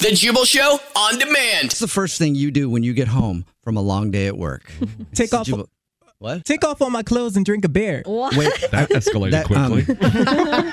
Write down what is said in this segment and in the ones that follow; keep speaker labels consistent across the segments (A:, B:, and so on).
A: The Jubal Show on demand.
B: What's the first thing you do when you get home from a long day at work?
C: Take off-
B: Jubal- What?
C: Take off all my clothes and drink a beer.
B: Wait,
D: That escalated
B: That, um,
D: quickly.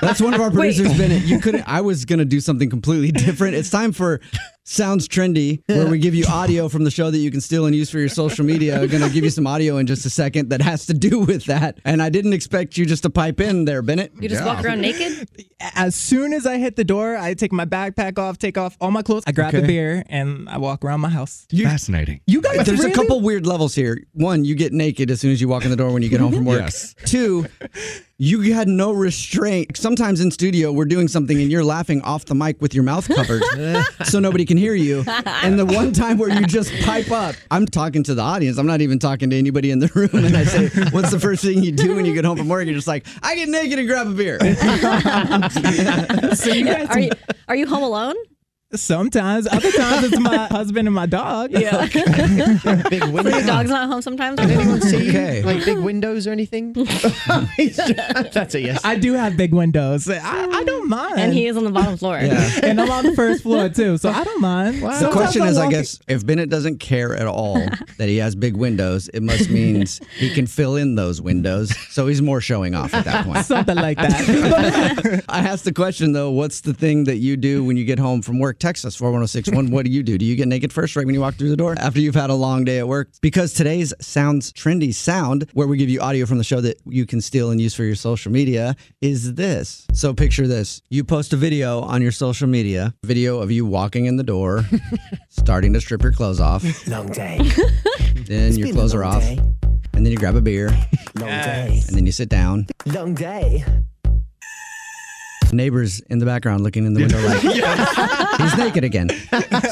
B: that's one of our producers, Bennett. You could I was gonna do something completely different. It's time for Sounds Trendy, where we give you audio from the show that you can steal and use for your social media. I'm gonna give you some audio in just a second that has to do with that. And I didn't expect you just to pipe in there, Bennett.
E: You just walk around naked?
C: As soon as I hit the door, I take my backpack off, take off all my clothes, I grab the
D: Okay.
C: beer, and I walk around my house.
D: Fascinating.
C: You guys,
B: There's
C: really?
B: a couple weird levels here. One, you get naked as soon as you walk in the door when you get home from work.
D: Yes.
B: Two, you had no restraint. Sometimes in studio, we're doing something and you're laughing off the mic with your mouth covered so nobody can hear you. And the one time where you just pipe up, I'm talking to the audience. I'm not even talking to anybody in the room. And I say, What's the first thing you do when you get home from work? You're just like, I get naked and grab a beer.
C: So you guys,
E: Are you, are you home alone?
C: sometimes, other times it's my husband and my dog.
E: Yeah.
F: Big
E: Your
F: windows.
E: dog's not home sometimes? Or
F: Did anyone see
B: Okay.
F: like big windows or anything? That's a yes.
C: I do have big windows. I, I don't mind.
E: Mm. and he is on the bottom floor.
B: Yeah.
C: and I'm on the first floor too, so I don't mind.
B: The
C: Sometimes
B: question
C: I
B: is, I
C: walk-
B: guess, if Bennett doesn't care at all that he has big windows, it must mean he can fill in those windows. So he's more showing off at that point.
C: something like that.
B: I asked the question though, what's the thing that you do when you get home from work? Text us 41061. What do you do? Do you get naked first right when you walk through the door after you've had a long day at work? Because today's Sounds Trendy Sound, where we give you audio from the show that you can steal and use for your social media, is this. So picture this. You post a video on your social media, video of you walking in the door, starting to strip your clothes off.
F: Long day.
B: Then your clothes are off. And then you grab a beer,
F: Long day.
B: and then you sit down.
F: Long day.
B: neighbors in the background looking in the window like he's naked again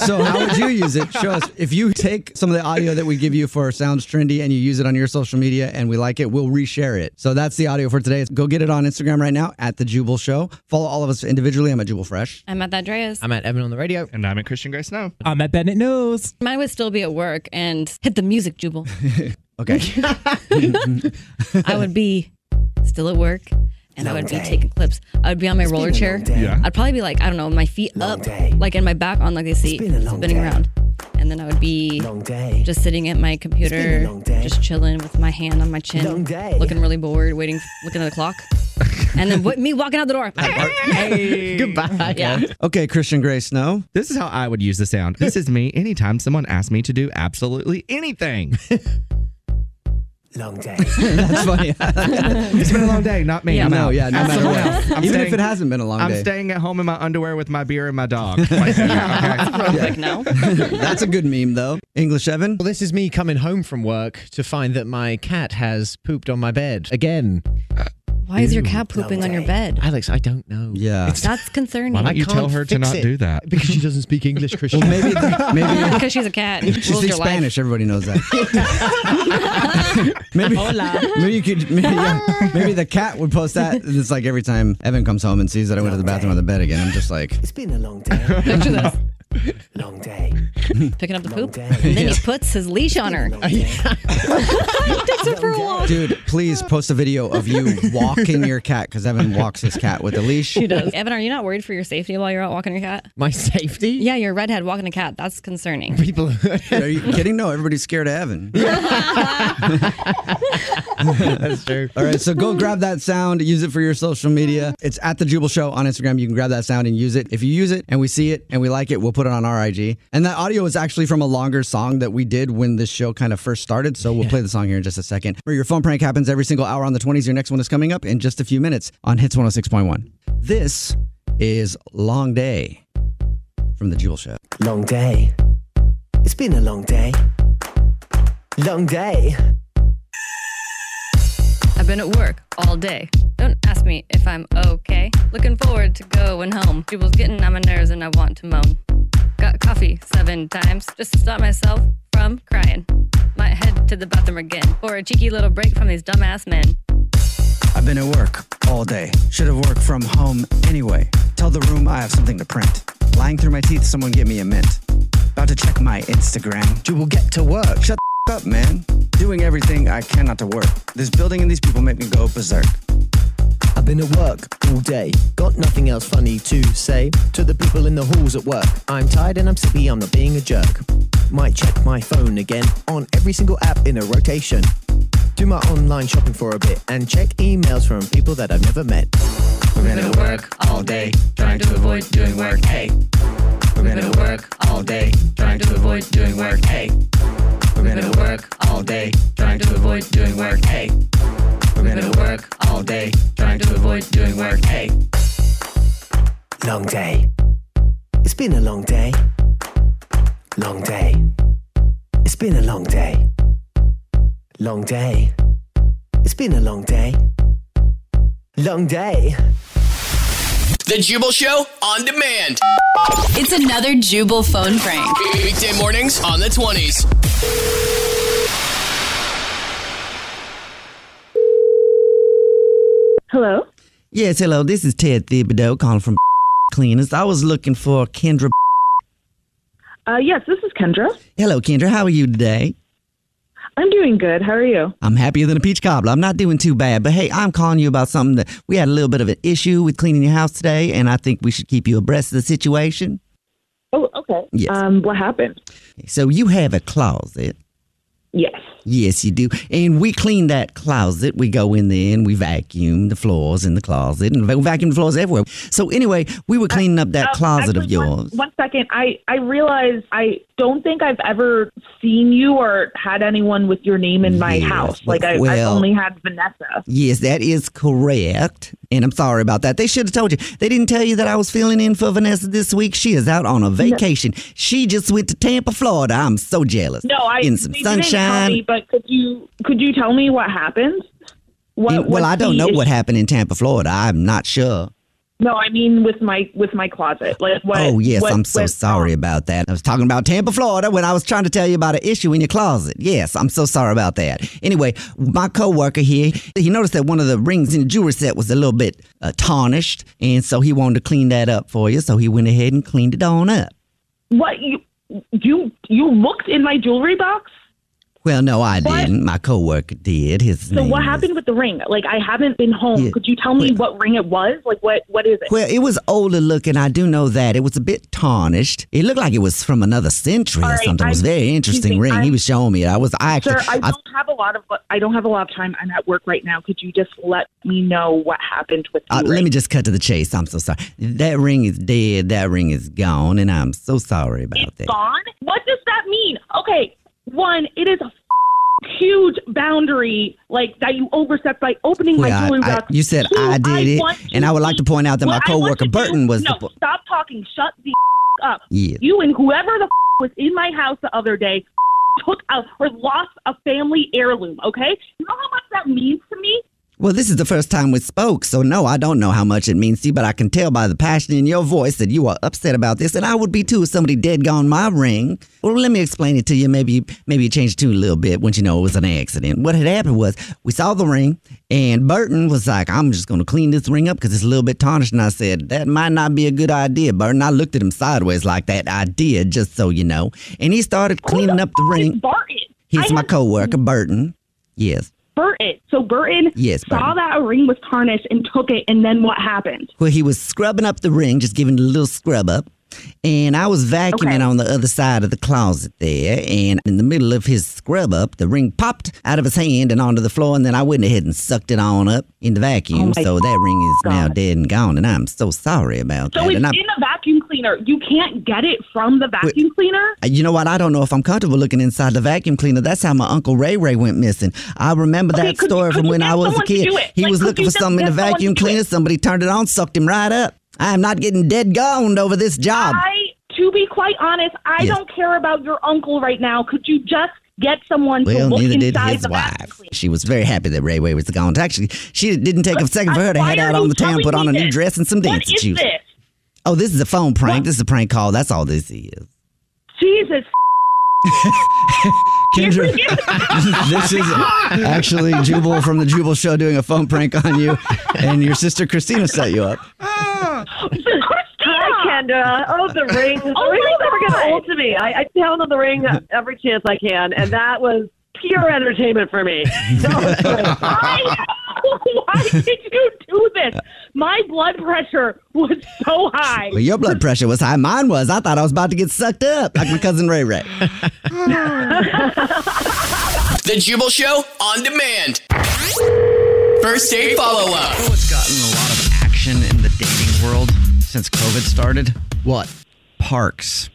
B: so how would you use it show us if you take some of the audio that we give you for sounds trendy and you use it on your social media and we like it we'll reshare it so that's the audio for today go get it on instagram right now at the jubal show follow all of us individually i'm at jubal fresh
E: I'm at that Dreas.
F: I'm at Evan on the radio.
D: And I'm at Christian Gray Snow.
C: I'm at Bennett News.
E: Mine would still be at work and hit the music jubal.
B: okay
E: I would be still at work and I would be taking clips. I would be on my roller chair.
D: Yeah.
E: I'd probably be like, I don't know, my feet up, like in my back on like a seat, spinning around. And then I would be just sitting at my computer, just chilling with my hand on my chin, looking really bored, waiting, looking at the clock. and then w- me walking out the door.
F: Goodbye.
E: yeah.
B: okay christian gray snow
D: This is how I would use the sound. This is me anytime someone asks me to do absolutely anything.
F: Long day.
B: that's funny
D: it's been a long day, not me.
E: Yeah.
D: I'm
B: no
D: out.
B: yeah no
D: Ask
B: matter
D: someone else.
B: what
D: I'm
B: even if
D: staying-
B: it hasn't been a long
D: I'm
B: day
D: staying at home in my underwear with my beer and my dog. Like, okay.
E: Real quick now.
B: that's a good meme though english evan
F: Well, this is me coming home from work to find that my cat has pooped on my bed again.
E: Why is your
D: Ew.
E: cat pooping on your bed?
F: Alex, I don't know.
B: Yeah.
E: That's concerning.
D: Why don't you
F: can't
D: tell her to
F: fix
D: not
F: it.
D: do that?
F: Because she doesn't speak English, Christian.
B: Well, maybe, maybe
E: Because she's a cat.
B: she
E: Rules
B: speaks
E: your life.
B: Spanish. Everybody knows that. maybe, maybe you could. Maybe, yeah, maybe the cat would post that. And It's like every time Evan comes home and sees that I went to the bathroom on the bed again. I'm just like,
E: Picture this. Long
B: hmm.
E: day. Picking up the poop. And then he puts his leash on her. takes her for a walk.
B: dude, please post a video of you walking your cat because Evan walks his cat with a leash. She does.
E: Evan, are you not worried for your safety while you're out walking your cat?
F: My safety?
E: Yeah, you're a redhead walking a cat. That's concerning.
F: People.
B: Are you kidding? No, everybody's scared of Evan.
F: That's true.
B: All right, so go grab that sound, use it for your social media. It's at the Jubal Show on Instagram. You can grab that sound and use it. If you use it and we see it and we like it, we'll put it on our IG. And that audio is actually from a longer song that we did when this show kind of first started. So we'll play the song here in just a second. Where your phone prank happens every single hour on the 20s. Your next one is coming up in just a few minutes on Hits 106.1. This is Long Day from the Jubal Show.
G: Long day. It's been a long day. Long day.
E: I've been at work all day. Don't ask me if I'm okay. Looking forward to going home. People's getting on my nerves and I want to moan. Got coffee seven times just to stop myself from crying. Might head to the bathroom again for a cheeky little break from these dumbass men.
B: I've been at work all day. Should have worked from home anyway. Tell the room I have something to print. Lying through my teeth, someone give me a mint. About to check my Instagram. You will get to work. Shut the f- up, man. Doing everything I can not to work. This building and these people make me go berserk.
G: I've been at work all day. Got nothing else funny to say to the people in the halls at work. I'm tired and I'm sleepy, I'm not being a jerk. Might check my phone again on every single app in a rotation. Do my online shopping for a bit and check emails from people that I've never met. We've been at work all day, trying to avoid doing work, hey. We've been at work all day, trying to avoid doing work, hey. We've been at work all day, trying to avoid doing work, hey. We've been at work all day, trying to avoid doing work, hey. Long day. It's been a long day. Long day. It's been a long day. Long day. It's been a long day. Long day.
A: The Jubal Show on demand.
H: It's another Jubal phone prank.
A: Weekday mornings on the 20s.
I: Hello.
J: Yes, hello. This is Ted Thibodeau calling from Cleaners. I was looking for Kendra.
I: Uh, yes, this is Kendra.
J: Hello, Kendra. How are you today?
I: I'm doing good. How are you?
J: I'm happier than a peach cobbler. I'm not doing too bad, but hey, I'm calling you about something that we had a little bit of an issue with cleaning your house today, and I think we should keep you abreast of the situation.
I: Oh, okay.
J: Yes.
I: Um, what happened?
J: So you have a closet.
I: Yes.
J: Yes, you do. And we clean that closet. We go in there and we vacuum the floors in the closet and we vacuum the floors everywhere. So anyway, we were cleaning up that
I: Uh,
J: closet of
I: actually, one-
J: yours.
I: one second. I I realize I don't think I've ever seen you or had anyone with your name in my
J: Yes,
I: house. Like I, I've
J: well-
I: only had Vanessa.
J: Yes, that is correct. And I'm sorry about that. They should have told you. They didn't tell you that I was filling in for Vanessa this week. She is out on a vacation. She just went to Tampa, Florida. I'm so jealous.
I: No, I
J: in some
I: they didn't tell
J: sunshine.
I: me, but could you could you tell me what happened? What?
J: And- Mm, well,
I: what's
J: I don't
I: the
J: know what
I: issue?
J: happened in Tampa, Florida. I'm not sure.
I: No, I mean with my with my closet. Like what?
J: oh yes,
I: what- um,
J: I'm so
I: what-
J: sorry about that. I was talking about Tampa, Florida, when I was trying to tell you about an issue in your closet. Yes, I'm so sorry about that. Anyway, my coworker here, he noticed that one of the rings in the jewelry set was a little bit uh, tarnished, and so he wanted to clean that up for you. So he went ahead and cleaned it on up.
I: What you you you looked in my jewelry box?
J: Well, no, I didn't. My coworker did. His
I: So
J: name
I: what
J: is-
I: happened with the ring? Like I haven't been home.
J: Yeah.
I: Could you tell me what ring it was? Like what what is it?
J: Well, it was older looking. I do know that it was a bit tarnished. It looked like it was from another century
I: All
J: or
I: right,
J: something. It was a
I: I'm-
J: very interesting
I: excuse me,
J: ring. he
I: I'm-
J: was showing me. it. I was. I actually.
I: Sir, I
J: I-
I: don't have a lot of I don't have a lot of time. I'm at work right now. Could you just let me know what happened with the
J: Uh,
I: ring?
J: let me just cut to the chase. I'm so sorry. That ring is dead. That ring is gone, and I'm so sorry about that.
I: Gone? What does that mean? Okay, one, it is a f- huge boundary like that you overstepped by opening
J: Well,
I: my
J: I-
I: jewelry
J: I-
I: box.
J: you said
I: Two,
J: I did it,
I: want
J: and
I: to
J: I would like to point out that
I: What
J: my
I: I want to
J: coworker
I: do-
J: Burton was
I: no,
J: the.
I: stop talking. Shut the f- up.
J: Yeah.
I: You and whoever the f- was in my house the other day f- took a or lost a family heirloom. Okay, you know how much that means to me.
J: Well, this is the first time we spoke, so no, I don't know how much it means to you, but I can tell by the passion in your voice that you are upset about this, and I would be too if somebody dead gone my ring. Well, let me explain it to you. Maybe maybe you changed tune a little bit once you know it was an accident. What had happened was we saw the ring, and Burton was like, "I'm just going to clean this ring up because it's a little bit tarnished," and I said, "That might not be a good idea, Burton." I looked at him sideways like that idea, just so you know, and he started cleaning up the ring.
I: Burton.
J: He's my coworker, Burton. Yes.
I: Burton. So Burton
J: Yes,
I: saw that a ring was tarnished and took it, and then what happened?
J: where he was scrubbing up the ring, just giving it a little scrub up. And I was vacuuming on the other side of the closet there. And in the middle of his scrub up, the ring popped out of his hand and onto the floor. And then I went ahead and sucked it on up in the vacuum.
I: Oh my
J: so that ring is now dead and gone. And I'm so sorry about
I: So
J: that.
I: it's
J: And I'm,
I: in a vacuum cleaner. You can't get it from the vacuum cleaner.
J: Uh, you know what? I don't know if I'm comfortable looking inside the vacuum cleaner. That's how my Uncle Ray Ray went missing. I remember
I: Okay,
J: that
I: could you-
J: story
I: could
J: from
I: you
J: when
I: get
J: I was a
I: someone to
J: kid.
I: do it?
J: He
I: Like,
J: was
I: could
J: looking
I: you
J: for
I: just
J: something in the
I: get someone to
J: vacuum
I: do it?
J: cleaner. Somebody turned it on, sucked him right up. I am not getting dead gone over this job.
I: I, to be quite honest, I
J: Um, Yes.
I: don't care about your uncle right now. Could you just get someone
J: Well,
I: to look
J: neither did
I: inside
J: his
I: the vacuum?
J: wife. She was very happy that Ray Ray was gone. Actually, she didn't take a second for her to
I: why
J: head
I: are
J: out on
I: you
J: the town,
I: telling
J: put
I: me
J: on a new
I: this?
J: dress and some
I: What
J: dancing
I: is
J: shoes.
I: this?
J: Oh, this is a phone prank. This is a prank call. That's all this is.
I: Jesus.
J: Kendra, this is actually Jubal from the Jubal Show doing a phone prank on you, and your sister Christina set you up.
K: Hi, Kendra. Oh, the ring. The
I: Oh,
K: ring
I: my
K: will never
I: God.
K: get old to me. I, I pound on the ring every chance I can, and that was pure entertainment for me.
G: Oh,
I: I, why did you do this? My blood pressure was so high.
J: Well, your blood pressure was high. Mine was. I thought I was about to get sucked up like my cousin Ray Ray.
A: The Jubal Show on demand. First date follow up.
B: What's gotten a lot of action in the dating world since COVID started? What? Parks.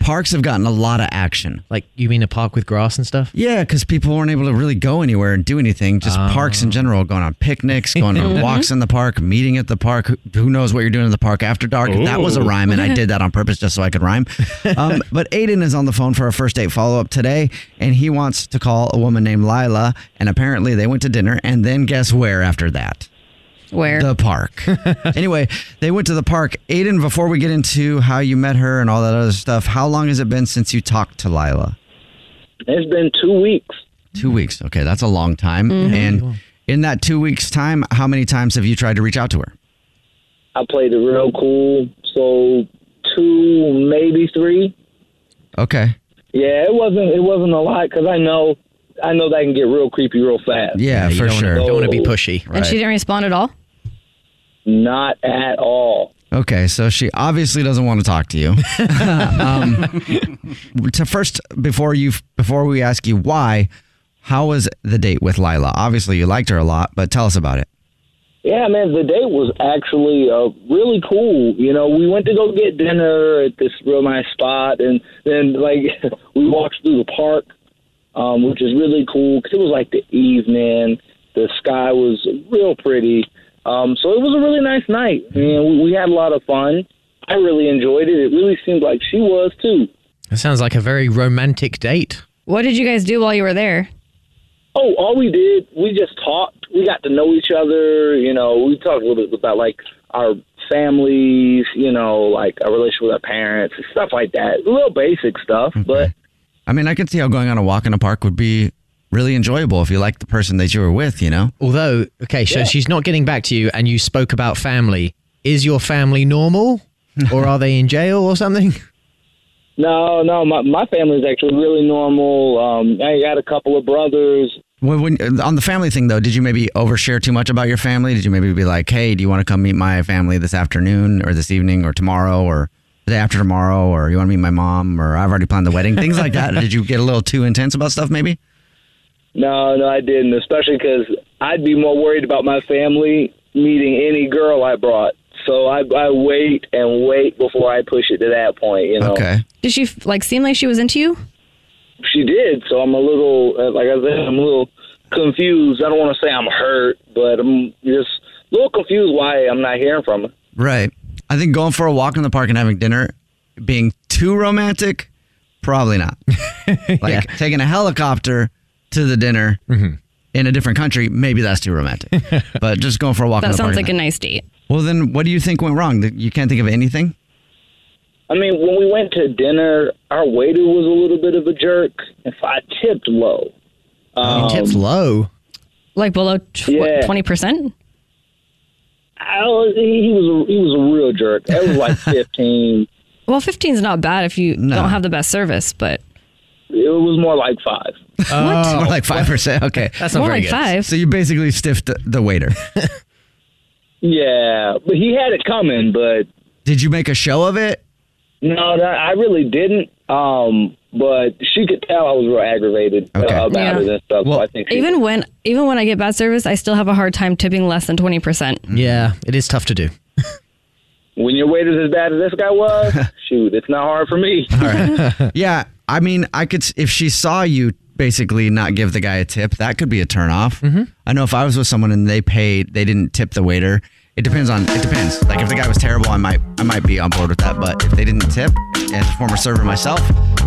B: Parks have gotten a lot of action. Like, you mean a park with grass and stuff? Yeah, because people weren't able to really go anywhere and do anything. Just parks in general, going on picnics, going on
L: Mhm.
B: walks in the park, meeting at the park. Who- Who knows what you're doing in the park after dark? That was a
L: Ooh.
B: rhyme, and I did that on purpose just so I could rhyme. Um, but Aiden is on the phone for a first date follow up today, and he wants to call a woman named Lila. And apparently, they went to dinner, and then guess where after that?
E: Where?
B: The park. anyway, they went to the park. Aiden, before we get into how you met her and all that other stuff, how long has it been since you talked to Lila?
M: It's been two weeks.
B: Two weeks. Okay, that's a long time.
E: Mm-hmm.
M: Mhm.
B: And in that two weeks' time, how many times have you tried to reach out to her?
M: I played it real cool. So two, maybe three.
B: Okay.
M: Yeah, it wasn't. It wasn't a lot because I know, I know that can get real creepy real fast.
B: Yeah, for sure.
E: And she didn't respond at all?
M: Not at all.
B: Okay, so she obviously doesn't want to talk to you. um, to first, before you, before we ask you why, how was the date with Lila? Obviously, you liked her a lot, but tell us about it.
M: Yeah, man, the date was actually uh, really cool. You know, we went to go get dinner at this real nice spot, and then like we walked through the park, um, which is really cool because it was like the evening. The sky was real pretty, um, so it was a really nice night, and we, we had a lot of fun. I really enjoyed it. It really seemed like she was too.
F: That sounds like a very romantic date.
E: What did you guys do while you were there?
M: Oh, all we did, we just talked. We got to know each other. You know, we talked a little bit about like our families. You know, like our relationship with our parents, and stuff like that. Real basic stuff, but
B: I mean, I could see how going on a walk in a park would be really enjoyable if you liked the person that you were with. You know.
F: Although, okay, so
B: Yeah.
F: she's not getting back to you, and you spoke about family. Is your family normal, or are they in jail or something?
M: no, no, my my family's actually really normal. Um, I got a couple of brothers.
B: When, when on the family thing though, did you maybe overshare too much about your family? Did you maybe be like, "Hey, do you want to come meet my family this afternoon, or this evening, or tomorrow, or the day after tomorrow, or you want to meet my mom, or I've already planned the wedding, things like that"? Did you get a little too intense about stuff? Maybe.
M: No, no, I didn't. Especially because I'd be more worried about my family meeting any girl I brought. So I, I wait and wait before I push it to that point. You know.
B: Okay.
E: Did she like seem like she was into you?
M: She did, so I'm a little, uh, like I said, I'm a little confused. I don't want to say I'm hurt, but I'm just a little confused why I'm not hearing from her.
B: Right. I think going for a walk in the park and having dinner, being too romantic,
E: Mm-hmm.
B: probably not. like taking a helicopter to the dinner in a different country, maybe that's too romantic. but just going for a walk. in
E: That
B: the
E: sounds
B: parking
E: like a
B: lot.
E: nice date.
B: Well, then, what do you think went wrong? That You can't think of anything.
M: I mean, when we went to dinner, our waiter was a little bit of a jerk. If I tipped low, um,
F: low.
E: Like below tw-
M: Yeah.
E: 20%?
M: I was, he was a, he was a real jerk. That was like fifteen.
E: Well, 15 is not bad if you don't have the best service, but
M: It was more like five.
B: Oh, more like five percent. Okay,
E: That's not More very like good. five.
B: So you basically stiffed the, the waiter.
M: Yeah, but he had it coming. But
B: did you make a show of it?
M: No, that, I really didn't. Um, but she could tell I was real aggravated uh, about
E: Yeah.
M: it and stuff. so I think she,
E: even when even when I get bad service, I still have a hard time tipping less than 20%.
F: Yeah, it is tough to do.
M: when your waiter's as bad as this guy was, shoot, it's not hard for me.
B: All right. yeah, I mean, I could s- if she saw you basically not give the guy a tip, that could be a turnoff. I know if I was with someone and they paid, they didn't tip the waiter. It depends on it depends. Like if the guy was terrible, I might I might be on board with that. But if they didn't tip, as a former server myself,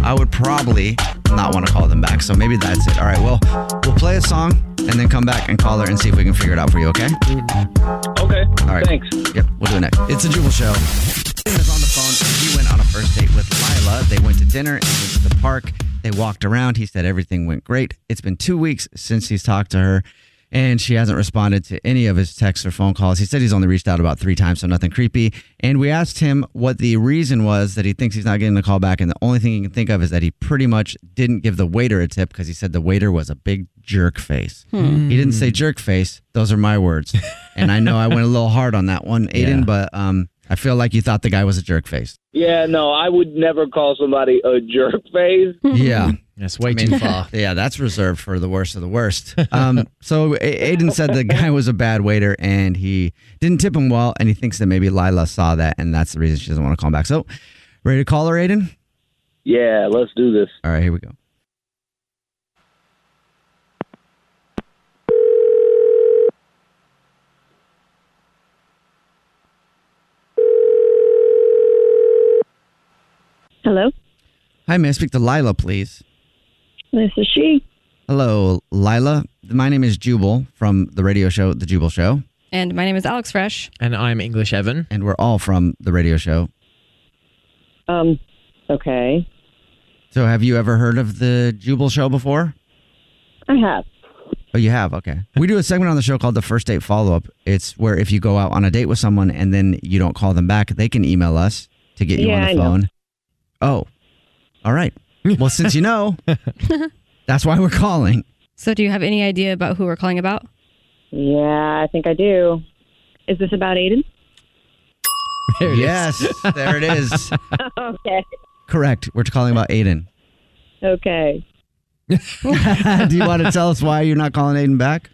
B: I would probably not want to call them back. So maybe that's it. All right, well, we'll play a song and then come back and call her and see if we can figure it out for you. Okay.
C: Mm-hmm.
M: Okay.
B: All right. Thanks. Yep. We'll do it next. It's a Jubal show. Ian is on the phone. He went on a first date with Lila. They went to dinner and went to the park. They walked around. He said everything went great. It's been two weeks since he's talked to her, and she hasn't responded to any of his texts or phone calls. He said he's only reached out about three times, so nothing creepy. And we asked him what the reason was that he thinks he's not getting the call back. And the only thing he can think of is that he pretty much didn't give the waiter a tip because he said the waiter was a big jerk face.
N: Hmm.
B: He didn't say jerk face. Those are my words. And I know I went a little hard on that one, Aiden, but um, I feel like you thought the guy was a jerk face.
M: Yeah, no, I would never call somebody a jerk face.
B: Yeah.
F: That's way
M: too far.
B: Yeah, that's reserved for the worst of the worst. Um, so A- Aiden said the guy was a bad waiter and he didn't tip him well, and he thinks that maybe Lila saw that, and that's the reason she doesn't want to call him back. So, ready to call her, Aiden?
M: Yeah, let's do this.
B: All right, here we go.
O: Hello,
B: Hi, may I speak to Lila, please?
O: this is she.
B: Hello, Lila. My name is Jubal from the radio show, The Jubal Show.
E: And my name is Alex Fresh.
B: And I'm English Evan. And we're all from the radio show.
O: Um, okay,
B: So, have you ever heard of The Jubal Show before?
O: I have.
B: Oh, you have? Okay. We do a segment on the show called the first date follow up. It's where if you go out on a date with someone and then you don't call them back, they can email us to get you
O: Yeah,
B: on the
O: I know.
B: phone. Oh, all right. Well, since you know, that's why we're calling.
E: So do you have any idea about who we're calling about?
O: Yeah, I think I do. Is this about Aiden?
B: There it yes, there it is.
O: okay,
B: Correct. We're calling about Aiden.
O: okay,
B: do you want to tell us why you're not calling Aiden back?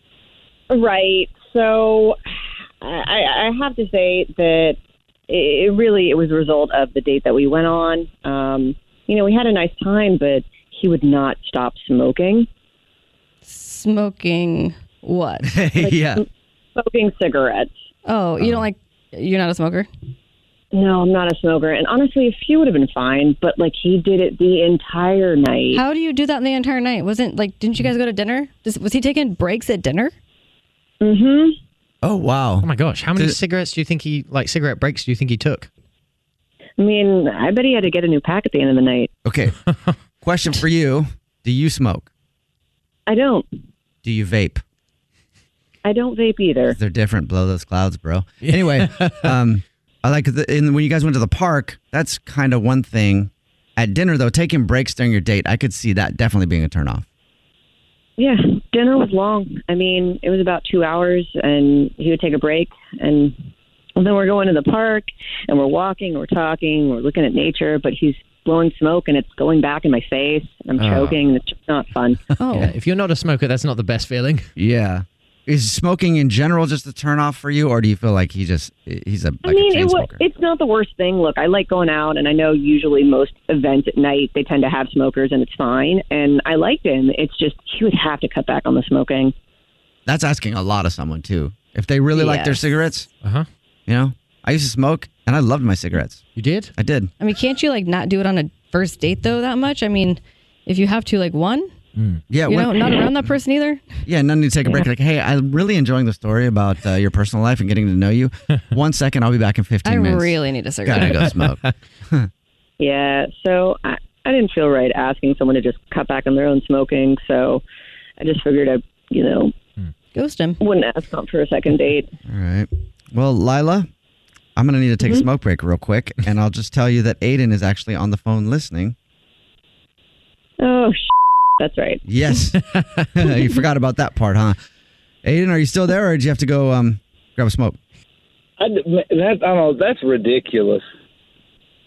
O: right. So, I, I have to say that it it really it was a result of the date that we went on. Um, you know, we had a nice time, but he would not stop smoking.
E: Smoking what?
B: yeah. Um,
O: smoking cigarettes.
E: Oh, you don't like you're not a smoker?
O: No, I'm not a smoker. And honestly, a few would have been fine, but like he did it the entire night.
E: How do you do that the entire night? Wasn't like didn't you guys go to dinner? Does, was he taking breaks at dinner?
O: Mm-hmm.
B: Oh wow!
F: Oh my gosh, how many cigarettes do you think he like cigarette breaks? Do you think he took?
O: I mean, I bet he had to get a new pack at the end of the night.
B: Okay. Question for you Do you smoke?
O: I don't.
B: Do you vape?
O: I don't vape either.
B: They're different. Blow those clouds, bro. Anyway, um, I like the, and when you guys went to the park, that's kind of one thing. At dinner, though, taking breaks during your date, I could see that definitely being a turnoff.
O: Yeah, dinner was long. I mean, it was about two hours, and he would take a break, and then we're going to the park, and we're walking, we're talking, we're looking at nature, but he's blowing smoke, and it's going back in my face, and I'm
F: Ah.
O: choking, and it's just not fun.
F: Oh. if you're not a smoker, that's not the best feeling.
B: Yeah. Is smoking in general just a turnoff for you, or do you feel like he just he's a like
O: I mean,
B: a
O: it
B: chain
O: was,
B: smoker?
O: it's not the worst thing. Look, I like going out, and I know usually most events at night they tend to have smokers, and it's fine. And I liked him. It's just he would have to cut back on the smoking.
B: That's asking a lot of someone too. If they really like their
E: Yes.
B: cigarettes, uh huh. You know, I used to smoke and I loved my cigarettes.
F: Uh-huh. You did?
B: I did.
E: I mean, can't you like not do it on a first date though that much? I mean, if you have to like one,
F: Hmm.
B: Yeah,
E: you
B: what-
E: know, not around that person either.
B: Yeah, and then you take a break. Like, hey, I'm really enjoying the story about uh, your personal life and getting to know you. One second, I'll be back in 15
E: I
B: minutes.
E: really need a cigarette.
B: Gotta go smoke.
O: Yeah, so I, I didn't feel right asking someone to just cut back on their own smoking, so I just figured I, you know,
E: ghost him.
O: Wouldn't ask them for a second date.
B: All right. Well, Lila, I'm going to need to take a
O: Mhm.
B: smoke break real quick. And I'll just tell you that Aiden is actually on the phone listening.
O: Oh, sh- that's right.
B: Yes. you forgot about that part, huh? Aiden, are you still there or did you have to go um, grab a smoke?
M: I, that, I don't know. That's ridiculous.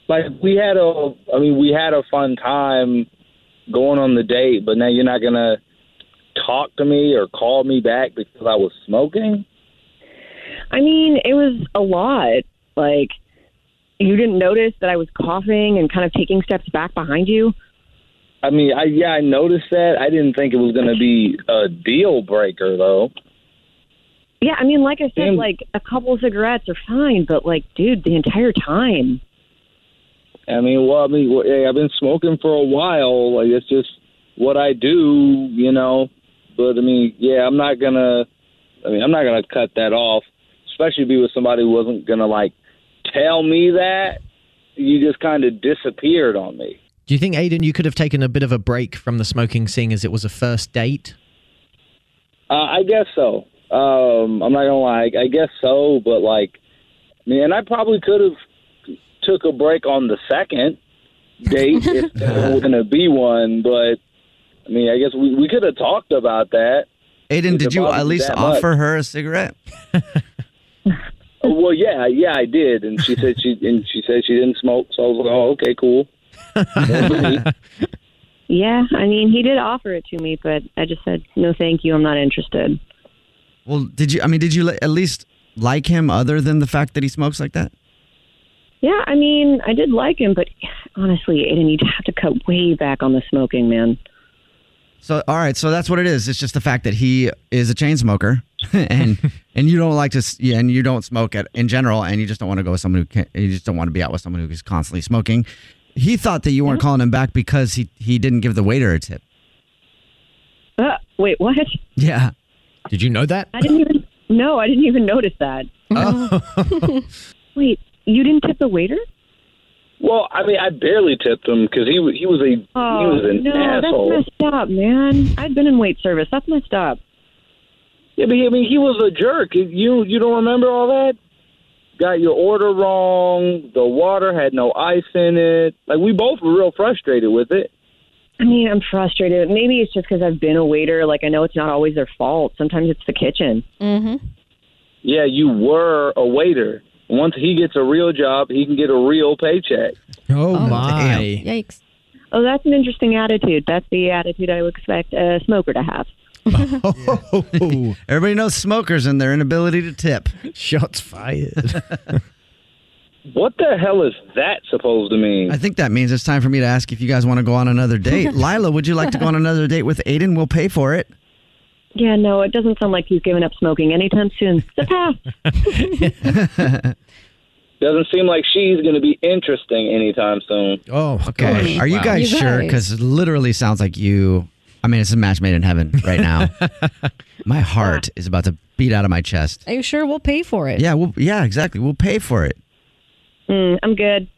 M: Like we had a, I mean, we had a fun time going on the date, but now you're not gonna talk to me or call me back because I was smoking.
O: I mean, it was a lot. Like, you didn't notice that I was coughing and kind of taking steps back behind you.
M: I mean, I yeah, I noticed that. I didn't think it was gonna be a deal breaker though.
O: Yeah, I mean, like I said,
M: Damn.
O: like a couple of cigarettes are fine, but like, dude, the entire time.
M: I mean, well, I mean, well, hey, I've been smoking for a while. Like it's just what I do, you know. But I mean, yeah, I'm not gonna. I mean, I'm not gonna cut that off, especially be with somebody who wasn't gonna like tell me that. You just kind of disappeared on me.
F: Do you think, Aiden, you could have taken a bit of a break from the smoking, seeing as it was a first date?
M: Uh, I guess so. Um, I'm not gonna lie. I guess so, but like, man, I probably could have took a break on the second date if there was gonna be one. But I mean, I guess we, we could have talked about that.
B: Aiden,
M: If
B: did
M: it
B: you
M: bothered
B: at
M: you
B: least
M: that
B: offer
M: much. Oh,
B: her a cigarette?
M: Well, yeah, yeah, I did, and she said she and she said she didn't smoke. So I was like, oh, okay, cool.
O: Yeah, I mean, he did offer it to me, but I just said, no, thank you. I'm not interested.
B: Well, did you, I mean, did you li- at least like him other than the fact that he smokes like that?
O: Yeah, I mean, I did like him, but honestly, Aiden, you'd have to cut way back on the smoking, man.
B: So, all right. So that's what it is. It's just the fact that he is a chain smoker, and and you don't like to, s- yeah, and you don't smoke at, in general, and you just don't want to go with someone who can, you just don't want to be out with someone who is constantly smoking. He thought that you
F: Mm-hmm.
B: weren't calling him back because he he didn't give the waiter a tip.
O: Uh, wait, what?
B: Yeah.
F: Did you know that?
O: I didn't even. No, I didn't even notice that. Oh. wait, you didn't tip the waiter?
M: Well, I mean, I barely tipped him because he wa- he was a he
O: Oh
M: was an
O: no,
M: asshole.
O: that's messed up, man. I've been in wait service. That's messed up.
M: Yeah, but he, I mean, he was a jerk. You you don't remember all that? Got your order wrong. The water had no ice in it. Like we both were real frustrated with it.
O: I mean, I'm frustrated. Maybe it's just because I've been a waiter. Like I know it's not always their fault. Sometimes it's the kitchen.
E: Mm-hmm.
M: Yeah, you were a waiter. Once he gets a real job, he can get a real paycheck.
F: Oh,
M: my.
E: Yikes.
O: Oh, that's an interesting attitude. That's the attitude I would expect a smoker to have.
B: Everybody knows smokers and their inability to tip.
F: Shots fired.
M: What the hell is that supposed to mean?
B: I think that means it's time for me to ask if you guys want to go on another date. Lila, would you like to go on another date with Aiden? We'll pay for it.
O: Yeah, no, it doesn't sound like he's giving up smoking anytime soon. So pass.
M: Doesn't seem like she's going to be interesting anytime soon.
F: Oh,
B: Okay. Are you guys sure? Because it literally sounds like you. I mean, it's a match made in heaven right now. my heart is about to beat out of my chest.
E: Are you sure we'll pay for it?
B: Yeah, we'll, yeah, exactly. We'll pay for it.
O: Mm, I'm good.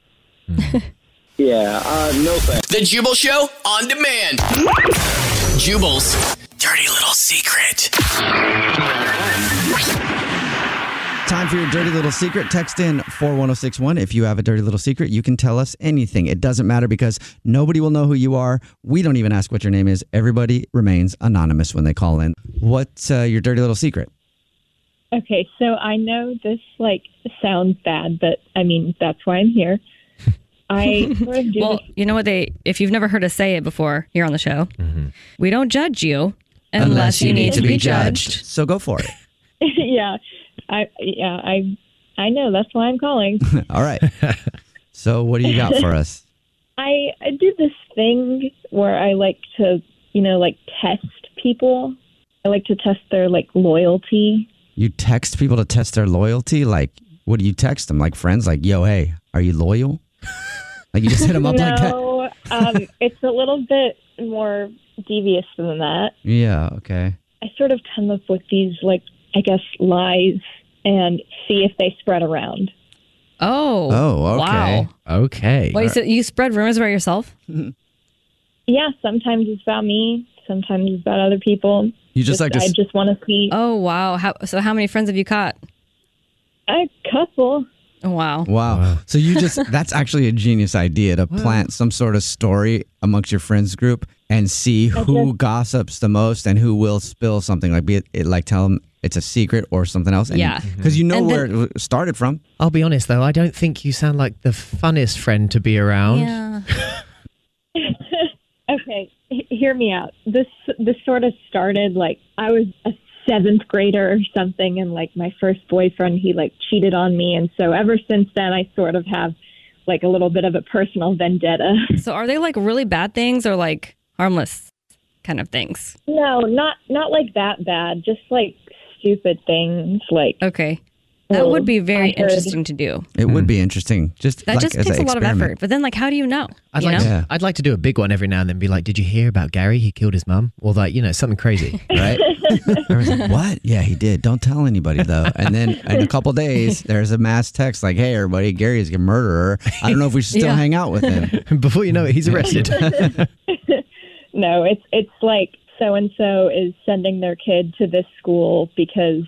M: yeah, uh, no thanks.
A: The Jubal Show on demand. Jubal's dirty little secret.
B: Time for your dirty little secret. Text in 41061. If you have a dirty little secret, you can tell us anything. It doesn't matter because nobody will know who you are. We don't even ask what your name is. Everybody remains anonymous when they call in. What's uh, your dirty little secret?
P: Okay, so I know this like sounds bad, but I mean that's why I'm here. I sort of do
E: well, you know what they? If you've never heard us say it before here on the show, we don't judge you unless, you need to be judged.
B: So go for it.
P: this, yeah, I yeah I I know that's why I'm calling.
B: All right. So what do you got for us?
P: I I did this thing where I like to you know like test people. I like to test their like loyalty.
B: You text people to test their loyalty? Like, what do you text them? Like friends? Like, yo, hey, are you loyal? like you just hit them up like that?
P: No, Um, it's a little bit more devious than that.
B: Yeah, okay.
P: I sort of come up with these, like, I guess, lies and see if they spread around.
E: Oh. Wow.
F: Okay.
E: Wait, so you spread rumors about yourself?
P: Yeah, sometimes it's about me, sometimes it's about other people.
E: You just like to
P: I
E: s-
P: just want to see
E: Oh wow! How, so how many friends have you caught? Oh,
P: a couple.
E: Wow.
B: Wow. So you just, that's actually a genius idea to plant some sort of story amongst your friends group and see who gossips the most and who will spill something like, be it, it like tell them it's a secret or something else.
F: Yeah.
B: Because you know
F: And then-
B: where it started from.
F: I'll be honest though, I don't think you sound like the funnest friend to be around.
P: Yeah. okay, h- hear me out. This this sort of started like I was a seventh grader or something, and like my first boyfriend, he like cheated on me, and so ever since then, I sort of have like a little bit of a personal vendetta.
E: So are they like really bad things or like harmless kind of things?
P: No, not not like that bad. Just like stupid things. Like Oh,
E: okay, that would be very interesting to do.
B: It
F: Hmm.
B: would be interesting. Just
E: That
F: Like,
E: just
F: as
E: takes
F: a
E: a lot of
F: experiment.
E: effort. But then, like, how do you know?
F: I'd
E: you
F: like
E: know?
F: to, I'd like to do a big one every now and then. Be like, did you hear about Gary? He killed his mum, or like you know something crazy, right?
B: what? Yeah, he did. Don't tell anybody though. And then in a couple days, there's a mass text like, "Hey, everybody, Gary is a murderer. I don't know if we should still
P: Yeah.
B: hang out with him."
F: Before you know it, he's arrested.
P: no, it's it's like so and so is sending their kid to this school because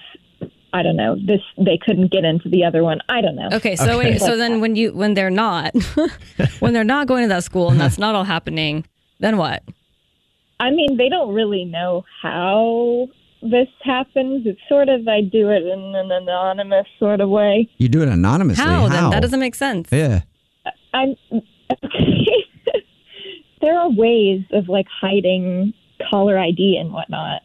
P: I don't know this they couldn't get into the other one. I don't know.
E: Okay, so wait, so then when you when they're not when they're not going to that school and that's not all happening, then what?
P: I mean, they don't really know how this happens. It's sort of I do it in an anonymous sort of way.
B: you do it anonymously.
E: How, then? That doesn't make sense.
B: Yeah.
P: I'm there are ways of like hiding caller ID and whatnot.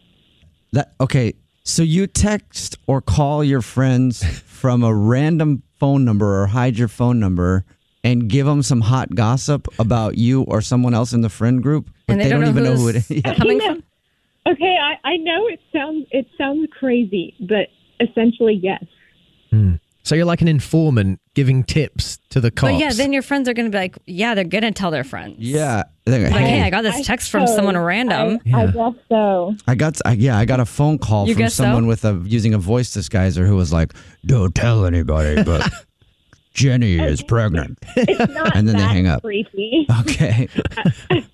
B: That okay. So you text or call your friends from a random phone number or hide your phone number and give them some hot gossip about you or someone else in the friend group, but
P: And
B: they, don't, even know who it is. Yeah.
P: Okay, I, I know it sounds it sounds crazy, but essentially yes.
F: so you're like an informant giving tips to the cops.
E: But yeah, then your friends are going to be like, yeah, they're going to tell their friends.
B: Yeah. They're
E: Like,
B: like,
E: hey,
B: "Hey,
E: I got this text from someone random.
B: I- I Yeah.
P: guess so.
B: I got I, yeah, I got a phone call
E: You
B: from
E: guess so?
B: someone with a using a voice disguiser who was like, "Don't tell anybody, but Jenny is pregnant."
P: It's not
B: And then they
P: that
B: hang up.
P: creepy.
B: Okay.
P: I,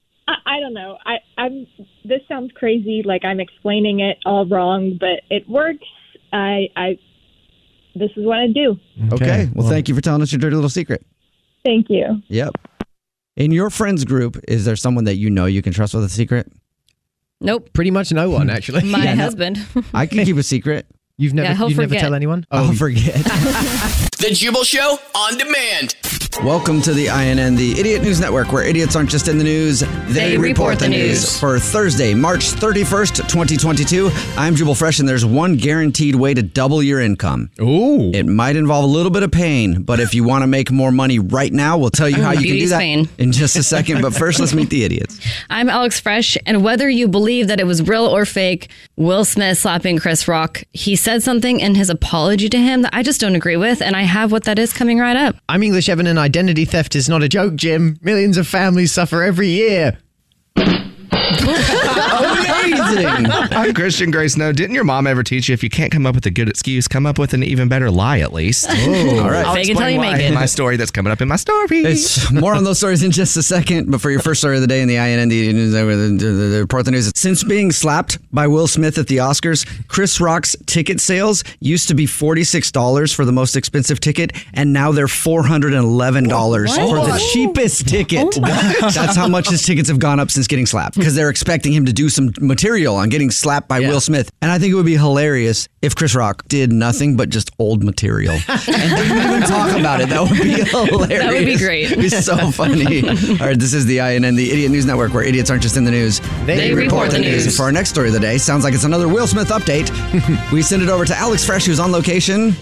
P: I don't know. I, I'm. This sounds crazy. Like I'm explaining it all wrong, but it works. I. I. This is what I do.
B: Okay. Well, thank you for telling us your dirty little secret.
P: Thank you.
B: Yep. In your friends group, is there someone that you know you can trust with a secret?
E: Nope.
F: Pretty much no one actually.
E: My husband.
B: I can keep a secret.
F: You've
E: never- Yeah, he'll you'd never forget. tell
F: anyone?
B: I'll forget.
A: The Jubal Show on demand.
B: Welcome to the INN, the Idiot News Network, where idiots aren't just in the news, they,
A: They report the news.
B: For Thursday, March 31st, 2022, I'm Jubal Fresh, and there's one guaranteed way to double your income.
F: Ooh.
B: It might involve a little bit of pain, but if you want to make more money right now, we'll tell you how you can do
E: Beauty's
B: that
E: pain.
B: in just a second. But first, let's meet the idiots.
E: I'm Alex Fresh, and whether you believe that it was real or fake, Will Smith slapping Chris Rock, he said something in his apology to him that I just don't agree with, and I have what that is coming right up.
F: I'm English Evan, and identity theft is not a joke, Jim. Millions of families suffer every year.
D: I'm Christian Grace. No, didn't your mom ever teach you if you can't come up with a good excuse, come up with an even better lie at least?
B: Oh. All right.
D: I'll
B: Fake it till
D: explain
B: you
D: why
B: make it.
D: in My story that's coming up in my story.
B: It's more on those stories in just a second. But for your first story of the day in the INN, the news, uh, the- the- the report the news. Since being slapped by Will Smith at the Oscars, Chris Rock's ticket sales used to be $46 for the most expensive ticket, and now they're $411
J: What?
B: for the
J: Oh.
B: cheapest ticket. That's how much his tickets have gone up since getting slapped because they're expecting him to do some material on getting slapped by Will Smith. And I think it would be hilarious if Chris Rock did nothing but just old material and didn't even talk about it. That would be hilarious.
E: That would be great.
B: It'd be so funny. All right, this is the INN, the Idiot News Network, where idiots aren't just in the news.
J: They report the news.
B: For our next story of the day, sounds like it's another Will Smith update. we send it over to Alex Fresh, who's on location.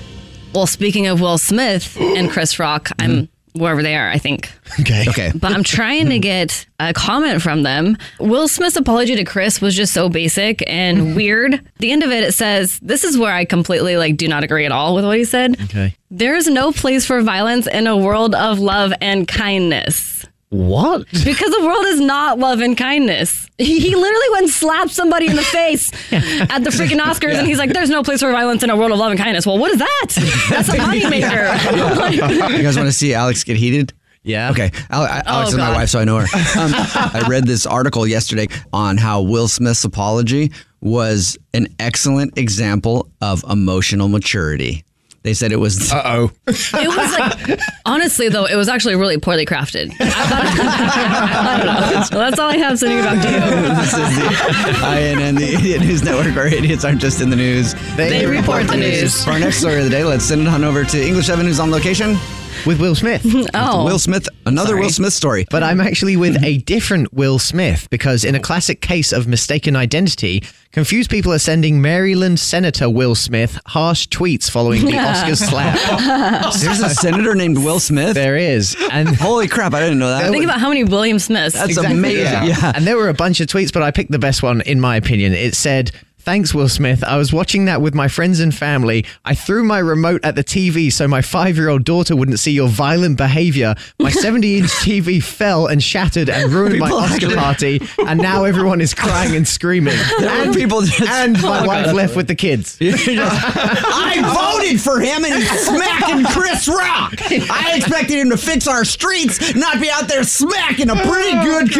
E: Well, speaking of Will Smith and Chris Rock, I'm wherever they are, I think.
B: Okay. Okay.
E: But I'm trying to get a comment from them. Will Smith's apology to Chris was just so basic and weird. The end of it, it says, This is where I completely like do not agree at all with what he
Q: Mm-hmm.
E: said.
F: Okay.
E: There is no place for violence in a world of love and kindness.
F: What?
E: Because the world is not love and kindness. He, he literally went and slapped somebody in the face at the freaking Oscars, and he's like, "There's no place for violence in a world of love and kindness." Well, what is that? That's a moneymaker.
B: you guys want to see Alex get heated?
F: Yeah.
B: Okay. Al- I-
E: Oh,
B: Alex is my
E: God.
B: wife, so I know her. Um, I read this article yesterday on how Will Smith's apology was an excellent example of emotional maturity. They said it was. Uh oh.
E: It was like, honestly, though, it was actually really poorly crafted. I, thought, I don't know. Well, that's all I have sitting about Dio.
B: this is the INN, the Idiot News Network, where idiots aren't just in the news.
E: They report the news.
B: For our next story of the day, let's send it on over to English 7 News on location.
F: With Will Smith.
E: Oh.
B: Will Smith, another Will Smith story.
F: But I'm actually with a different Will Smith because, in a classic case of mistaken identity, confused people are sending Maryland Senator Will Smith harsh tweets following the Oscars slap.
B: There's a senator named Will Smith.
F: There is, and
B: holy crap, I didn't know that.
E: Think about how many William Smiths.
F: Yeah. And there were a bunch of tweets, but I picked the best one, in my opinion. It said, Thanks, Will Smith. I was watching that with my friends and family. I threw my remote at the TV so my five year old daughter wouldn't see your violent behavior. My 70 inch TV fell and shattered and ruined my
N: People
F: Oscar
N: actually-
F: party. And now everyone is crying and screaming.
N: There were
F: and,
N: people just-
F: and my
N: Oh,
F: wife
N: God.
F: left with the kids.
J: I voted for him and he's smacking Chris Rock. I expected him to fix our streets, not be out there smacking a pretty
E: Oh,
J: good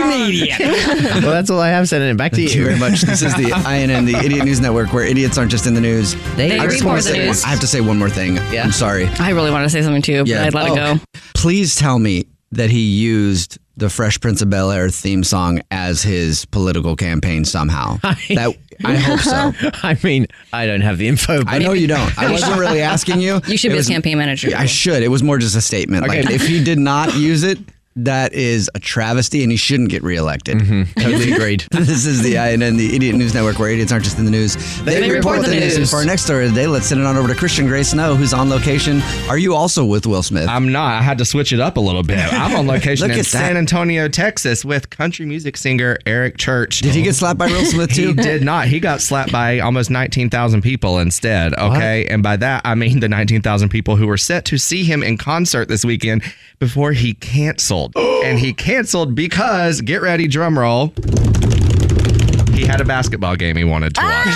J: comedian.
F: well, that's all I have, sending it back to
B: Thank you very much. This is the INN, the Idiot News Network, where idiots aren't just in the news.
E: They
B: I just
E: report
B: wanna
E: the
B: say,
E: news.
B: I have to say one more thing. Yeah. I'm sorry.
E: I really want to say something too, but I'd let
B: Oh.
E: it go.
B: Please tell me that he used the Fresh Prince of Bel Air theme song as his political campaign somehow. that I hope so.
F: I mean, I don't have the info.
B: I know you don't. I wasn't really asking you.
E: You should
B: It
E: be
B: was-
E: his campaign manager.
B: I should. It was more just a statement.
F: Okay.
B: Like if he did not use it. That is a travesty, and he shouldn't get reelected.
D: Mm-hmm.
F: Totally agreed.
B: this is the INN, the Idiot News Network, where idiots aren't just in the news.
F: They report the
B: And
F: news.
B: for our next story of the day, let's send it on over to Christian Gray Snow, who's on location. Are you also with Will Smith?
D: I'm not. I had to switch it up a little bit. I'm on location
B: Look
D: in
B: at
D: San
B: that.
D: Antonio, Texas, with country music singer Eric Church.
B: Did he get slapped by Will Smith too?
D: he did not. He got slapped by almost 19,000 people instead. Okay, and by that I mean the 19,000 people who were set to see him in concert this weekend before he canceled. and he canceled because get ready, drum roll. He had a basketball game he wanted to watch.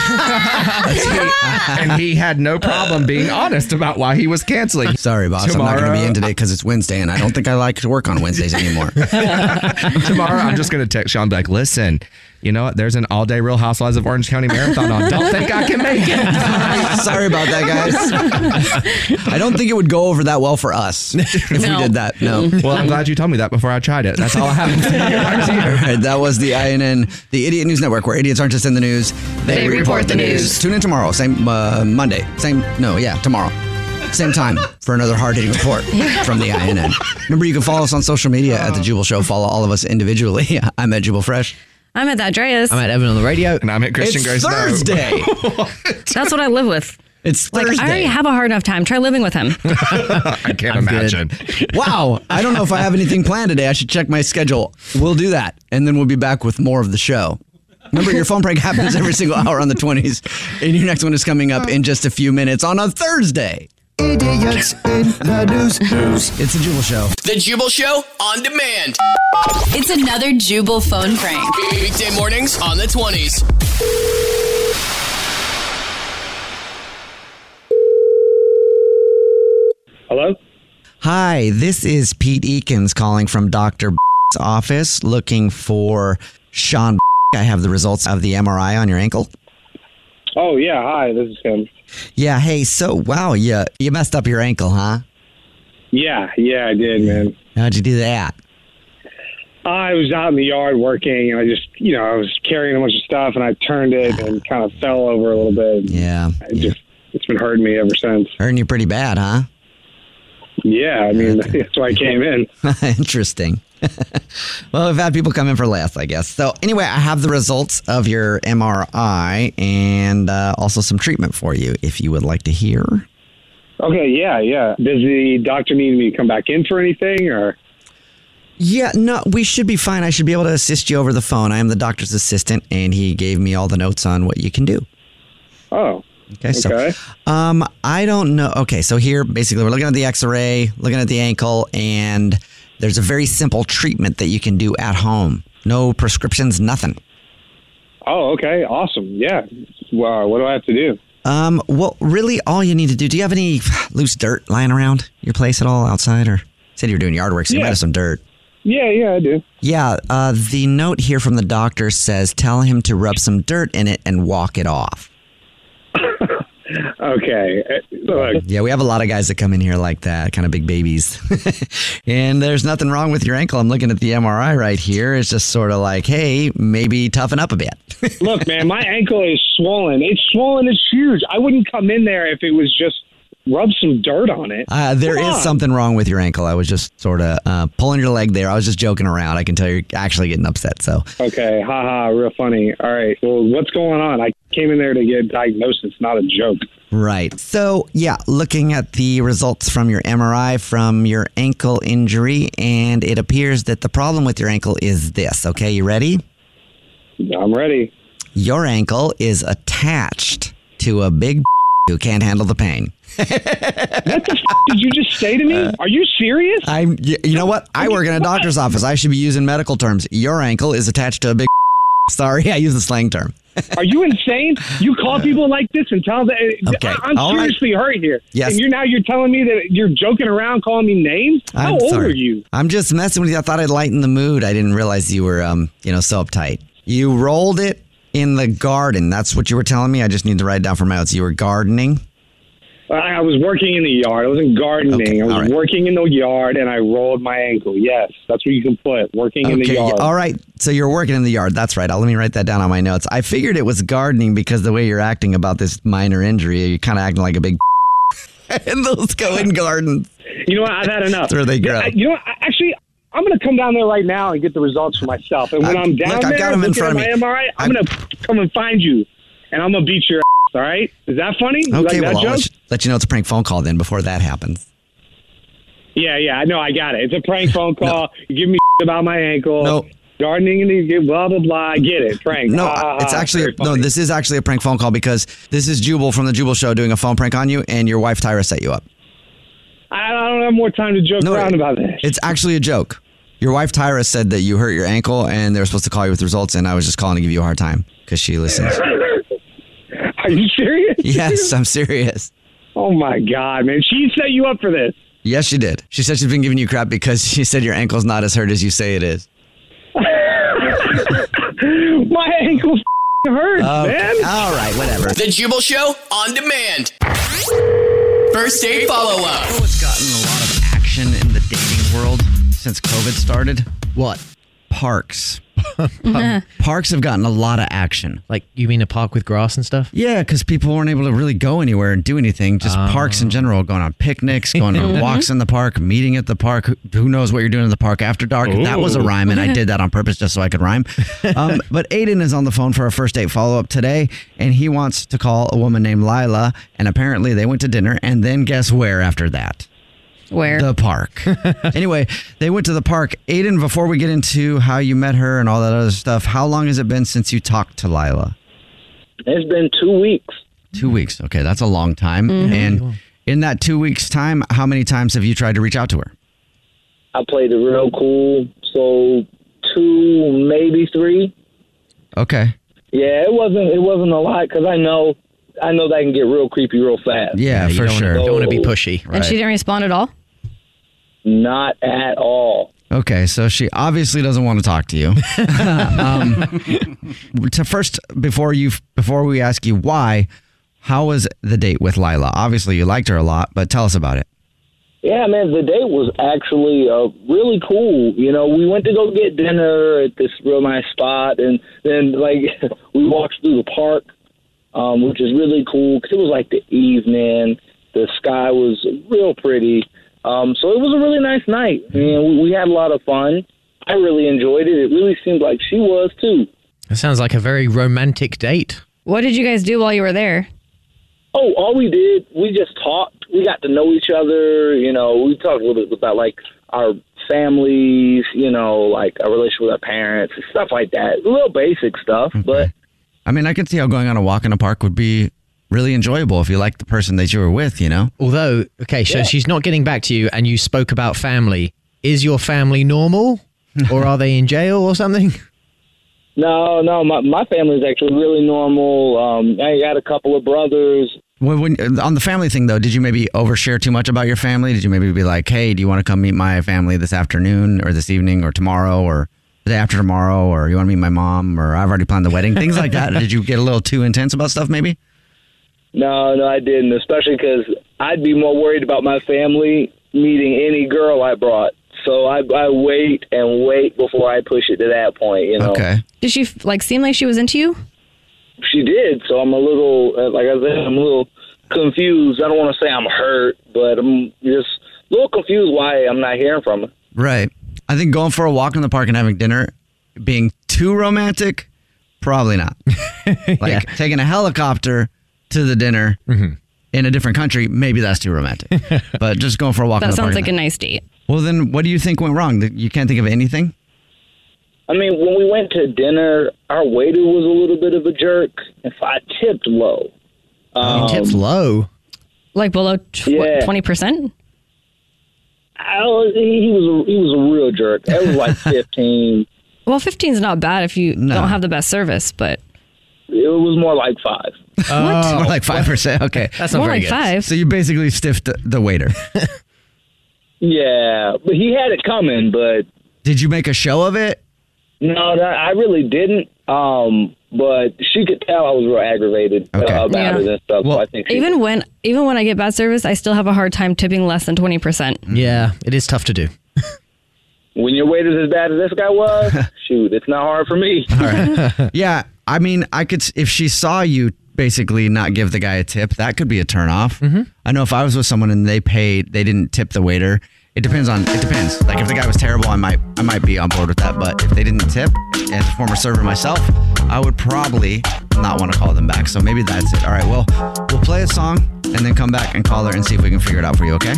D: and he had no problem being honest about why he was canceling.
B: Sorry, boss. I'm not going to be in today because it's Wednesday, and I don't think I like to work on Wednesdays anymore.
D: tomorrow I'm just gonna text Sean be like, listen, you know what? There's an all day Real Housewives of Orange County marathon on. Don't think I can make it.
B: Sorry about that, guys. I don't think it would go over that well for us if we
D: No. Mm-hmm.
B: did that. No.
D: Well, I'm glad you told me that before I tried it. That's all I have.
B: All right, that was the INN, the Idiot News Network, where idiots aren't just in the news.
D: They report the news.
B: Tune in tomorrow, same uh, Monday, same, no, yeah, tomorrow. Same time for another hard hitting report from the INN. Remember, you can follow us on social media at The Jubal Show. Follow all of us individually. I'm at Jubal Fresh.
E: I'm at that Dreas.
B: Evan on the radio.
D: And I'm at
E: Christian
B: it's
E: Grace Snow.
B: Thursday.
E: That's what I live with.
B: It's
E: like
B: Thursday.
E: I already have a hard enough time. Try living with him.
D: I can't imagine.
B: wow. I don't know if I have anything planned today. I should check my schedule. We'll do that. And then we'll be back with more of the show. Remember, your phone prank happens every single hour on the 20s. And your next one is coming up in just a few minutes on a Thursday. Idiots in the news. It's a Jubal Show.
A: The Jubal Show on demand.
H: It's another Jubal phone prank.
A: Weekday mornings on the 20s.
M: Hello?
B: Hi, this is Pete Eakins calling from Dr. 's office looking for Sean. I have the results of the MRI on your ankle.
M: Oh, yeah. Hi, this is him.
B: Yeah, hey, so wow, yeah, you messed up your ankle, huh?
M: Yeah, yeah, I did, man.
B: How'd you do that?
M: I was out in the yard working, and I just, you know, I was carrying a bunch of stuff, and I turned it and kind of fell over a little bit.
B: Yeah.
M: I just, it's been hurting me ever since.
B: Hurting you pretty bad, huh?
M: Yeah, I mean, that's why I came in.
B: Interesting. well, we've had people come in for less, I guess. So, anyway, I have the results of your MRI and uh, also some treatment for you if you would like to hear.
M: Okay, yeah, yeah. Does the doctor need me to come back in for anything, or?
B: Yeah, no, we should be fine. I should be able to assist you over the phone. I am the doctor's assistant, and he gave me all the notes on what you can do.
M: Oh.
B: Okay, so um, I don't know. Okay, so here basically we're looking at the X-ray, looking at the ankle, and
J: There's a very simple treatment that you can do at home. No prescriptions, nothing.
R: Oh, okay, awesome. Yeah. Wow. What do I have to do?
J: Um, well, really, all you need to do. Do you have any loose dirt lying around your place at all outside, or said you were doing yard work, so you
R: Yeah.
J: might have some dirt.
R: Yeah, yeah, I do.
J: Yeah, uh, the note here from the doctor says tell him to rub some dirt in it and walk it off.
R: Okay. Uh, Look,
J: Yeah, we have a lot of guys that come in here like that, kind of big babies. and there's nothing wrong with your ankle. I'm looking at the MRI right here. It's just sort of like, hey, maybe toughen up a bit.
R: look, man, my ankle is swollen. It's swollen. It's huge. I wouldn't come in there if it was just rub some dirt on it.
J: Uh, there
R: Come
J: is
R: on.
J: something wrong with your ankle. I was just sort of uh, pulling your leg there. I was just joking around. I can tell you're actually getting upset. So,
R: Okay, haha, real funny. All right, well, what's going on? I came in there to get diagnosed. It's not a joke.
J: right. So, yeah, looking at the results from your MRI from your ankle injury, and it appears that the problem with your ankle is this. Okay, you ready?
R: I'm ready.
J: Your ankle is attached to a big who can't handle the pain.
R: What the f- did you just say to me? Are you serious?
J: Uh, I'm. You, you know what? I work in a doctor's office. I should be using medical terms. Your ankle is attached to a big. Sorry, I use the slang term.
R: Are you insane? You call people like this and tell them
J: Uh, Okay,
R: I- I'm
J: all right.
R: seriously hurt here.
J: Yes.
R: And you're now you're telling me that you're joking around, calling me names. How
J: I'm
R: old
J: sorry.
R: are you?
J: I'm just messing with you. I thought I'd lighten the mood. I didn't realize you were, um, you know, so uptight. You rolled it in the garden. That's what you were telling me. I just need to write it down for my notes. You were gardening.
R: I I was working in the yard. I wasn't gardening. I was working in the yard, and I rolled my ankle. Yes, that's where you can put it. Working in the
J: yeah,
R: yard.
J: All right. So you're working in the yard. That's right. I'll let me write that down on my notes. I figured it was gardening because the way you're acting about this minor injury, you're kind of acting like a big. and those go in gardens.
R: You know what? I've had enough.
J: That's where they grow.
R: I- you know, what? I- actually, I'm going to come down there right now and get the results for myself. And when
J: Uh,
R: I'm down
J: look, I've
R: there,
J: got 'em in
R: looking
J: front of
R: at
J: me.
R: my MRI, I'm, going to come and find you, and I'm going to beat your ass. All right? Is that funny? You
J: Okay,
R: like that
J: well, I'll
R: joke?
J: let you, let you know it's a prank phone call then before that happens.
R: Yeah, yeah, I know. I got it. It's a prank phone call. You give me about my ankle. No. Gardening and you get blah blah blah. I get it. Prank.
J: No,
R: Ha, ha,
J: it's
R: ha.
J: actually
R: Ah, Very
J: a, no.
R: funny.
J: This is actually a prank phone call because this is Jubal from the Jubal Show doing a phone prank on you, and your wife Tyra set you up.
R: I I don't have more time to joke around about this.
J: It's actually a joke. Your wife Tyra said that you hurt your ankle, and they were supposed to call you with results, and I was just calling to give you a hard time because she listens.
R: Are you serious?
J: Yes, I'm serious.
R: Oh my God, man! She set you up for this.
J: Yes, she did. She said she's been giving you crap because she said your ankle's not as hurt as you say it is.
R: My ankle f- hurts,
J: Okay.
A: man.
J: All right, whatever.
A: The Jubal Show on demand. First date follow up.
N: It's gotten a lot of action in the dating world since COVID started. What? Parks. Parks have gotten a lot of action. Like, you mean a park with grass and stuff?
B: Yeah, because people weren't able to really go anywhere and do anything. Just parks
N: Oh.
B: in general, going on picnics, going on
N: Mhm.
B: walks in the park, meeting at the park. Who- Who knows what you're doing in the park after dark? That was a
N: Ooh.
B: rhyme, and I did that on purpose just so I could rhyme. Um, but Aiden is on the phone for a first date follow up today, and he wants to call a woman named Lila. And apparently, they went to dinner, and then guess where after that?
E: Where?
B: The park. anyway, they went to the park. Aiden, before we get into how you met her and all that other stuff, how long has it been since you talked to Lila?
M: It's been two weeks.
B: Two weeks. Okay, that's a long time.
M: Mhm.
B: And in that two weeks' time, how many times have you tried to reach out to her?
M: I played it real cool. So two, maybe three.
B: Okay.
M: Yeah, it wasn't. It wasn't a lot because I know, I know that can get real creepy real fast.
B: Yeah, for sure.
E: And she didn't respond at all?
M: Not at all.
B: Okay, so she obviously doesn't want to talk to you. um, to first, before you, before we ask you why, how was the date with Lila? Obviously, you liked her a lot, but tell us about it.
M: Yeah, man, the date was actually uh, really cool. You know, we went to go get dinner at this real nice spot, and then like we walked through the park, um, which is really cool because it was like the evening. The sky was real pretty, um, so it was a really nice night, and we, we had a lot of fun. I really enjoyed it. It really seemed like she was too.
F: That sounds like a very romantic date.
E: What did you guys do while you were there?
M: Oh, all we did, we just talked. We got to know each other. You know, we talked a little bit about like our families. You know, like our relationship with our parents, and stuff like that. Real basic stuff, but
B: I mean, I could see how going on a walk in a park would be really enjoyable if you liked the person that you were with. You know.
F: Although, okay, so
B: Yeah.
F: she's not getting back to you, and you spoke about family. Is your family normal, or are they in jail or something?
M: No, no, my my family's actually really normal. Um, I got a couple of brothers.
B: When, when, on the family thing, though, did you maybe overshare too much about your family? Did you maybe be like, hey, do you want to come meet my family this afternoon or this evening or tomorrow or the day after tomorrow or you want to meet my mom or I've already planned the wedding? Things like that. Did you get a little too intense about stuff maybe?
M: No, no, I didn't. Especially because I'd be more worried about my family meeting any girl I brought. So I, I wait and wait before I push it to that point. You know. Okay.
E: Did she like seem like she was into you?
M: She did. So I'm a little, uh, like I said, I'm a little confused. I don't want to say I'm hurt, but I'm just a little confused why I'm not hearing from her.
B: Right. I think going for a walk in the park and having dinner, being too romantic, probably not. like taking a helicopter to the dinner in a different country, maybe that's too romantic. but just going for a walk in
E: that
B: the park.
E: sounds
B: and
E: like
B: that-
E: a nice date.
B: well, then what do you think went wrong? That You can't think of anything?
M: I mean, when we went to dinner, our waiter was a little bit of a jerk. If I tipped low, um,
F: low.
E: Like below tw-
M: Yeah.
E: 20%?
M: I was, he was a, he was a real jerk. That was like fifteen.
E: Well, 15 is not bad if you don't have the best service, but
M: It was more like five.
B: Oh, more like 5%. Okay.
E: That's not More very like good. five.
B: So you basically stiffed the, the waiter.
M: Yeah, but he had it coming. But
B: did you make a show of it?
M: No, no I really didn't. Um, but she could tell I was real aggravated uh, about
E: Yeah.
M: it and stuff. so I think she
E: even when even when I get bad service, I still have a hard time tipping less than 20%.
F: Yeah, it is tough to do.
M: when your waiter's as bad as this guy was, shoot, it's not hard for me.
B: All right. yeah, I mean, I could if she saw you basically not give the guy a tip, that could be a turnoff.
E: Mm-hmm.
B: I know if I was with someone and they paid, they didn't tip the waiter. It depends on it depends. Like if the guy was terrible, I might I might be on board with that. But if they didn't tip, as a former server myself, I would probably not want to call them back. So maybe that's it. All right, well, we'll play a song and then come back and call her and see if we can figure it out for you. Okay.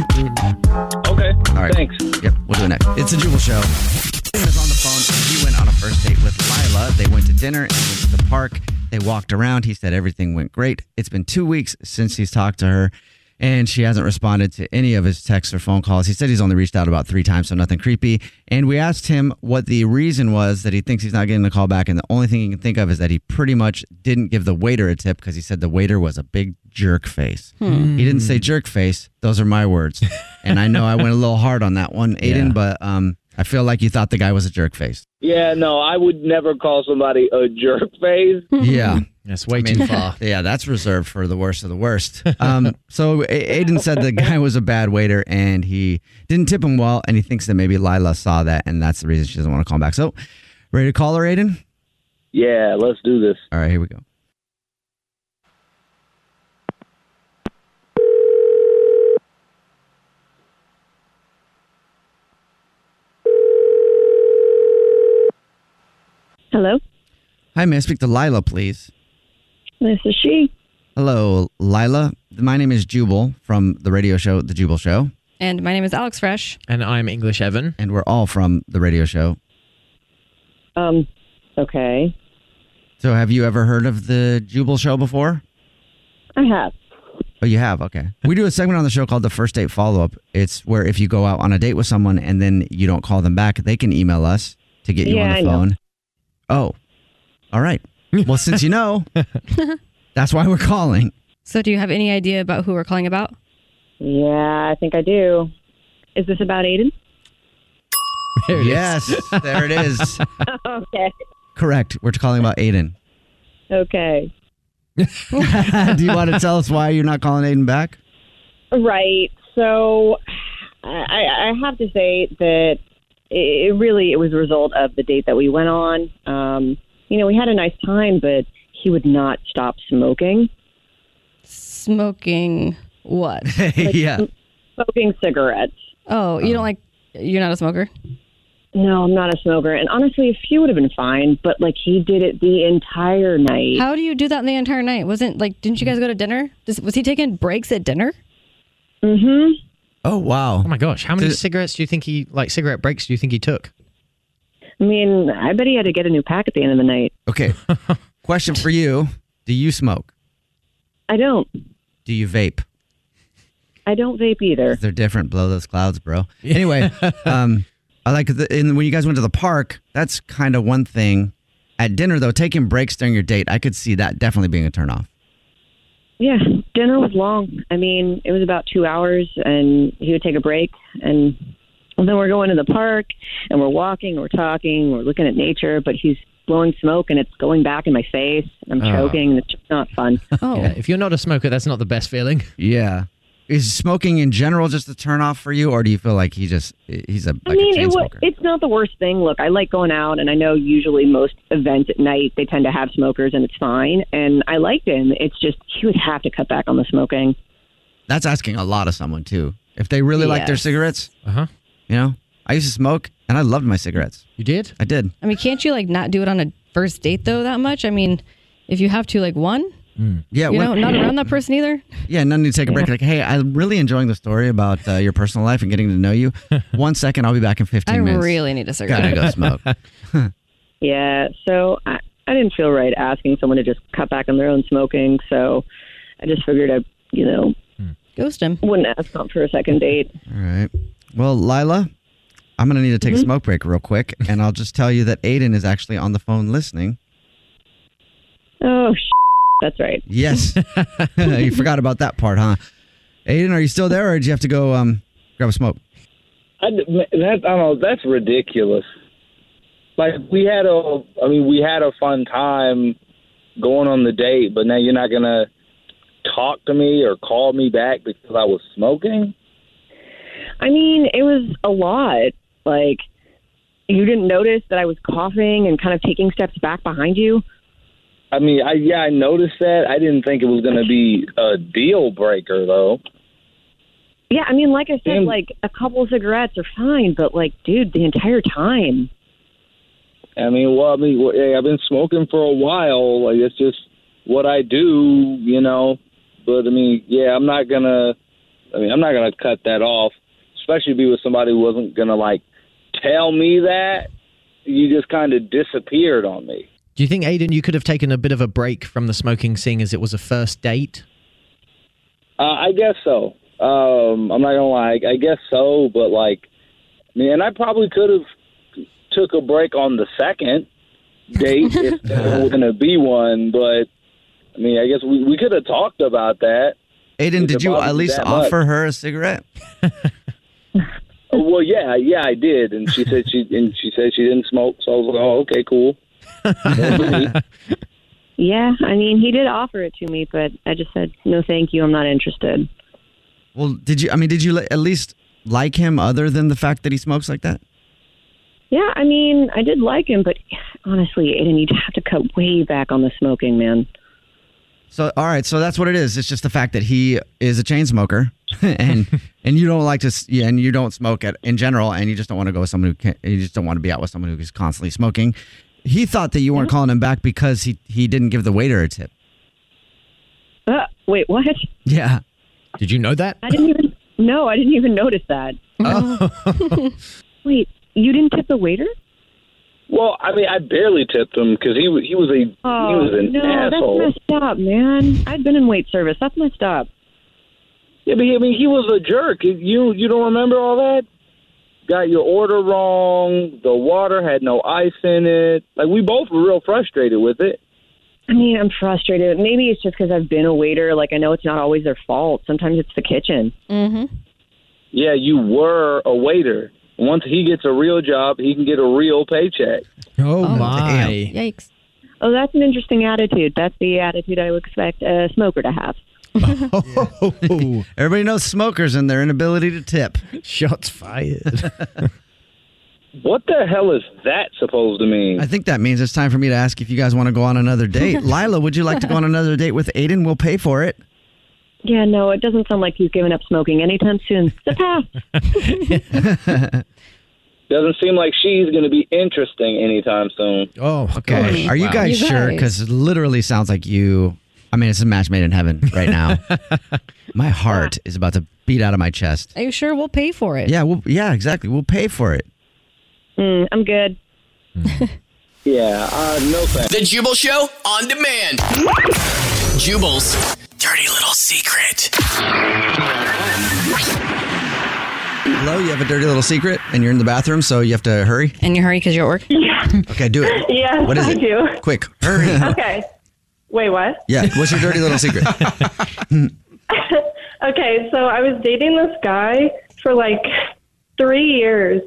M: Okay.
B: All right. Thanks. Yep. We'll do it next. It's a Jubal Show. Tim is on the phone. He went on a first date with Lila. They went to dinner and went to the park. They walked around. He said everything went great. It's been two weeks since he's talked to her, and she hasn't responded to any of his texts or phone calls. He said he's only reached out about three times, so nothing creepy. And we asked him what the reason was that he thinks he's not getting the call back. And the only thing he can think of is that he pretty much didn't give the waiter a tip because he said the waiter was a big jerk face.
J: Hmm.
B: He didn't say jerk face. Those are my words. And I know I went a little hard on that one, Aiden, but um, I feel like you thought the guy was a jerk face.
M: Yeah, no, I would never call somebody a jerk face.
B: Yeah. That's way
M: too far.
B: Yeah, that's reserved for the worst of the worst. Um, so A- Aiden said the guy was a bad waiter and he didn't tip him well, and he thinks that maybe Lila saw that, and that's the reason she doesn't want to call him back. So, ready to call her, Aiden?
M: Yeah, let's do this.
B: All right, here we go.
O: Hello,
B: Hi, may I speak to Lila, please?
O: this is she.
B: Hello, Lila. My name is Jubal from the radio show, The Jubal Show.
E: And my name is Alex Fresh.
B: And I'm English Evan. And we're all from the radio show.
O: Um, okay,
B: So, have you ever heard of The Jubal Show before?
O: I have.
B: Oh, you have? Okay. We do a segment on the show called the first date follow up. It's where if you go out on a date with someone and then you don't call them back, they can email us to get you
O: Yeah,
B: on the
O: I know.
B: phone. Oh, all right. Well, since you know, that's why we're calling.
E: So do you have any idea about who we're calling about?
O: Yeah, I think I do. Is this about Aiden?
B: There it yes, there it is.
O: okay,
B: Correct. We're calling about Aiden.
O: okay,
B: do you want to tell us why you're not calling Aiden back?
O: right. So, I, I have to say that it it really it was a result of the date that we went on. Um, you know, we had a nice time, but he would not stop smoking.
E: Smoking what?
B: yeah.
O: smoking cigarettes.
E: Oh, you don't like you're not a smoker?
O: No, I'm not a smoker. And honestly, a few would have been fine, but like he did it the entire night.
E: How do you do that the entire night? Wasn't like didn't you guys go to dinner? Does, was he taking breaks at dinner?
P: Hmm?
O: Mm-hmm.
B: Oh wow!
F: Oh my gosh, how many cigarettes do you think he like cigarette breaks? Do you think he took?
O: I mean, I bet he had to get a new pack at the end of the night.
B: Okay. Question for you Do you smoke?
O: I don't.
B: Do you vape?
O: I don't vape either.
B: They're different. Blow those clouds, bro. Anyway, um, I like the, and when you guys went to the park, that's kind of one thing. At dinner though, taking breaks during your date, I could see that definitely being a turnoff.
O: Yeah, dinner was long. I mean, it was about two hours, and he would take a break, and then we're going to the park, and we're walking, we're talking, we're looking at nature, but he's blowing smoke, and it's going back in my face, and I'm
F: Ah.
O: choking, and it's just not fun.
F: Yeah, if you're not a smoker, that's not the best feeling.
B: Yeah. Is smoking in general just a turnoff for you, or do you feel like he just he's a like
O: I mean,
B: a
O: it
B: chain
O: was,
B: smoker?
O: it's not the worst thing. Look, I like going out, and I know usually most events at night they tend to have smokers, and it's fine. And I liked him. It's just he would have to cut back on the smoking.
B: That's asking a lot of someone too. If they really like their
E: Yes.
B: cigarettes, uh
F: Uh-huh.
B: huh. You know, I used to smoke and I loved my cigarettes. You did? I did.
E: I mean, can't you like not do it on a first date though that much? I mean, if you have to, like one,
F: Hmm.
B: Yeah.
E: you
B: when-
E: know, not around that person either.
B: Yeah, and then you take a break. Like, hey, I'm really enjoying the story about uh, your personal life and getting to know you. One second, I'll be back in 15
E: I
B: minutes.
E: really need a
B: Gotta
E: cigarette.
B: go smoke.
O: Yeah, so I, I didn't feel right asking someone to just cut back on their own smoking, so I just figured I, you know,
E: ghost him.
O: Wouldn't ask them for a second date.
B: All right. Well, Lila, I'm gonna need to take a
O: Mhm.
B: smoke break real quick, and I'll just tell you that Aiden is actually on the phone listening.
O: Oh, sh- that's right.
B: Yes, you forgot about that part, huh? Aiden, are you still there, or did you have to go um, grab a smoke?
M: I, that, I don't know. That's ridiculous. Like we had a, I mean, we had a fun time going on the date, but now you're not gonna talk to me or call me back because I was smoking.
O: I mean, it was a lot. Like, you didn't notice that I was coughing and kind of taking steps back behind you.
M: I mean, I yeah, I noticed that. I didn't think it was gonna be a deal breaker though.
O: Yeah, I mean, like I said,
M: Damn.
O: like a couple of cigarettes are fine, but like, dude, the entire time.
M: I mean, well, I mean, well, hey, I've been smoking for a while. Like it's just what I do, you know. But I mean, yeah, I'm not gonna. I mean, I'm not gonna cut that off, especially be with somebody who wasn't gonna like tell me that. You just kind of disappeared on me.
F: Do you think, Aiden, you could have taken a bit of a break from the smoking, seeing as it was a first date?
M: Uh, I guess so. Um, I'm not gonna lie. I guess so, but like, man, I probably could have took a break on the second date if there was gonna be one. But I mean, I guess we, we could have talked about that.
B: Aiden,
M: If
B: did
M: it
B: you
M: bothered
B: at
M: you
B: least
M: that much. Oh,
B: offer her a cigarette?
M: Well, yeah, yeah, I did, and she said she and she said she didn't smoke. So I was like, oh, okay, cool.
O: Yeah, I mean, he did offer it to me, but I just said, no, thank you. I'm not interested.
B: Well, did you? I mean, did you li- at least like him other than the fact that he smokes like that?
O: Yeah, I mean, I did like him, but honestly, Aiden, you'd have to cut way back on the smoking, man.
B: So, all right. So that's what it is. It's just the fact that he is a chain smoker, and and you don't like to, s- yeah, and you don't smoke at, in general, and you just don't want to go with someone who can, you just don't want to be out with someone who is constantly smoking. He thought that you weren't calling him back because he he didn't give the waiter a tip.
O: Uh, wait, what?
B: Yeah.
F: Did you know that?
O: I didn't even. No, I didn't even notice that. Oh. wait, you didn't tip the waiter?
M: Well, I mean, I barely tipped him because he wa- he was a he
O: Oh
M: was an
O: no,
M: asshole.
O: that's messed up, man. I've been in wait service. That's messed up.
M: Yeah, but he, I mean, he was a jerk. You you don't remember all that? Got your order wrong. The water had no ice in it. Like we both were real frustrated with it.
O: I mean, I'm frustrated. Maybe it's just because I've been a waiter. Like I know it's not always their fault. Sometimes it's the kitchen. Mm-hmm.
M: Yeah, you were a waiter. Once he gets a real job, he can get a real paycheck.
F: Oh, my!
O: Yikes. Oh, that's an interesting attitude. That's the attitude I would expect a smoker to have.
B: Everybody knows smokers and their inability to tip.
F: Shots fired.
M: What the hell is that supposed to mean?
B: I think that means it's time for me to ask if you guys want to go on another date. Lila, would you like to go on another date with Aiden? We'll pay for it.
O: Yeah, no, it doesn't sound like he's giving up smoking anytime soon. So pass.
M: Doesn't seem like she's going to be interesting anytime soon.
F: Oh,
B: Okay. Are you guys sure? Because it literally sounds like you. I mean, it's a match made in heaven right now. my heart is about to beat out of my chest.
E: Are you sure we'll pay for it?
B: Yeah, we'll, yeah, exactly. We'll pay for it.
O: Mm, I'm good.
M: yeah, uh, no thanks.
A: The Jubal Show on demand. Jubal's dirty little secret.
B: Hello, you have a dirty little secret, and you're in the bathroom, so you have to hurry.
E: And you hurry because you're at work.
B: Okay, do it.
E: Yes,
B: what is
E: I
B: it?
E: do.
B: Quick, hurry.
K: okay. Wait, what?
B: Yeah, what's your dirty little secret?
K: Okay, so I was dating this guy for like three years,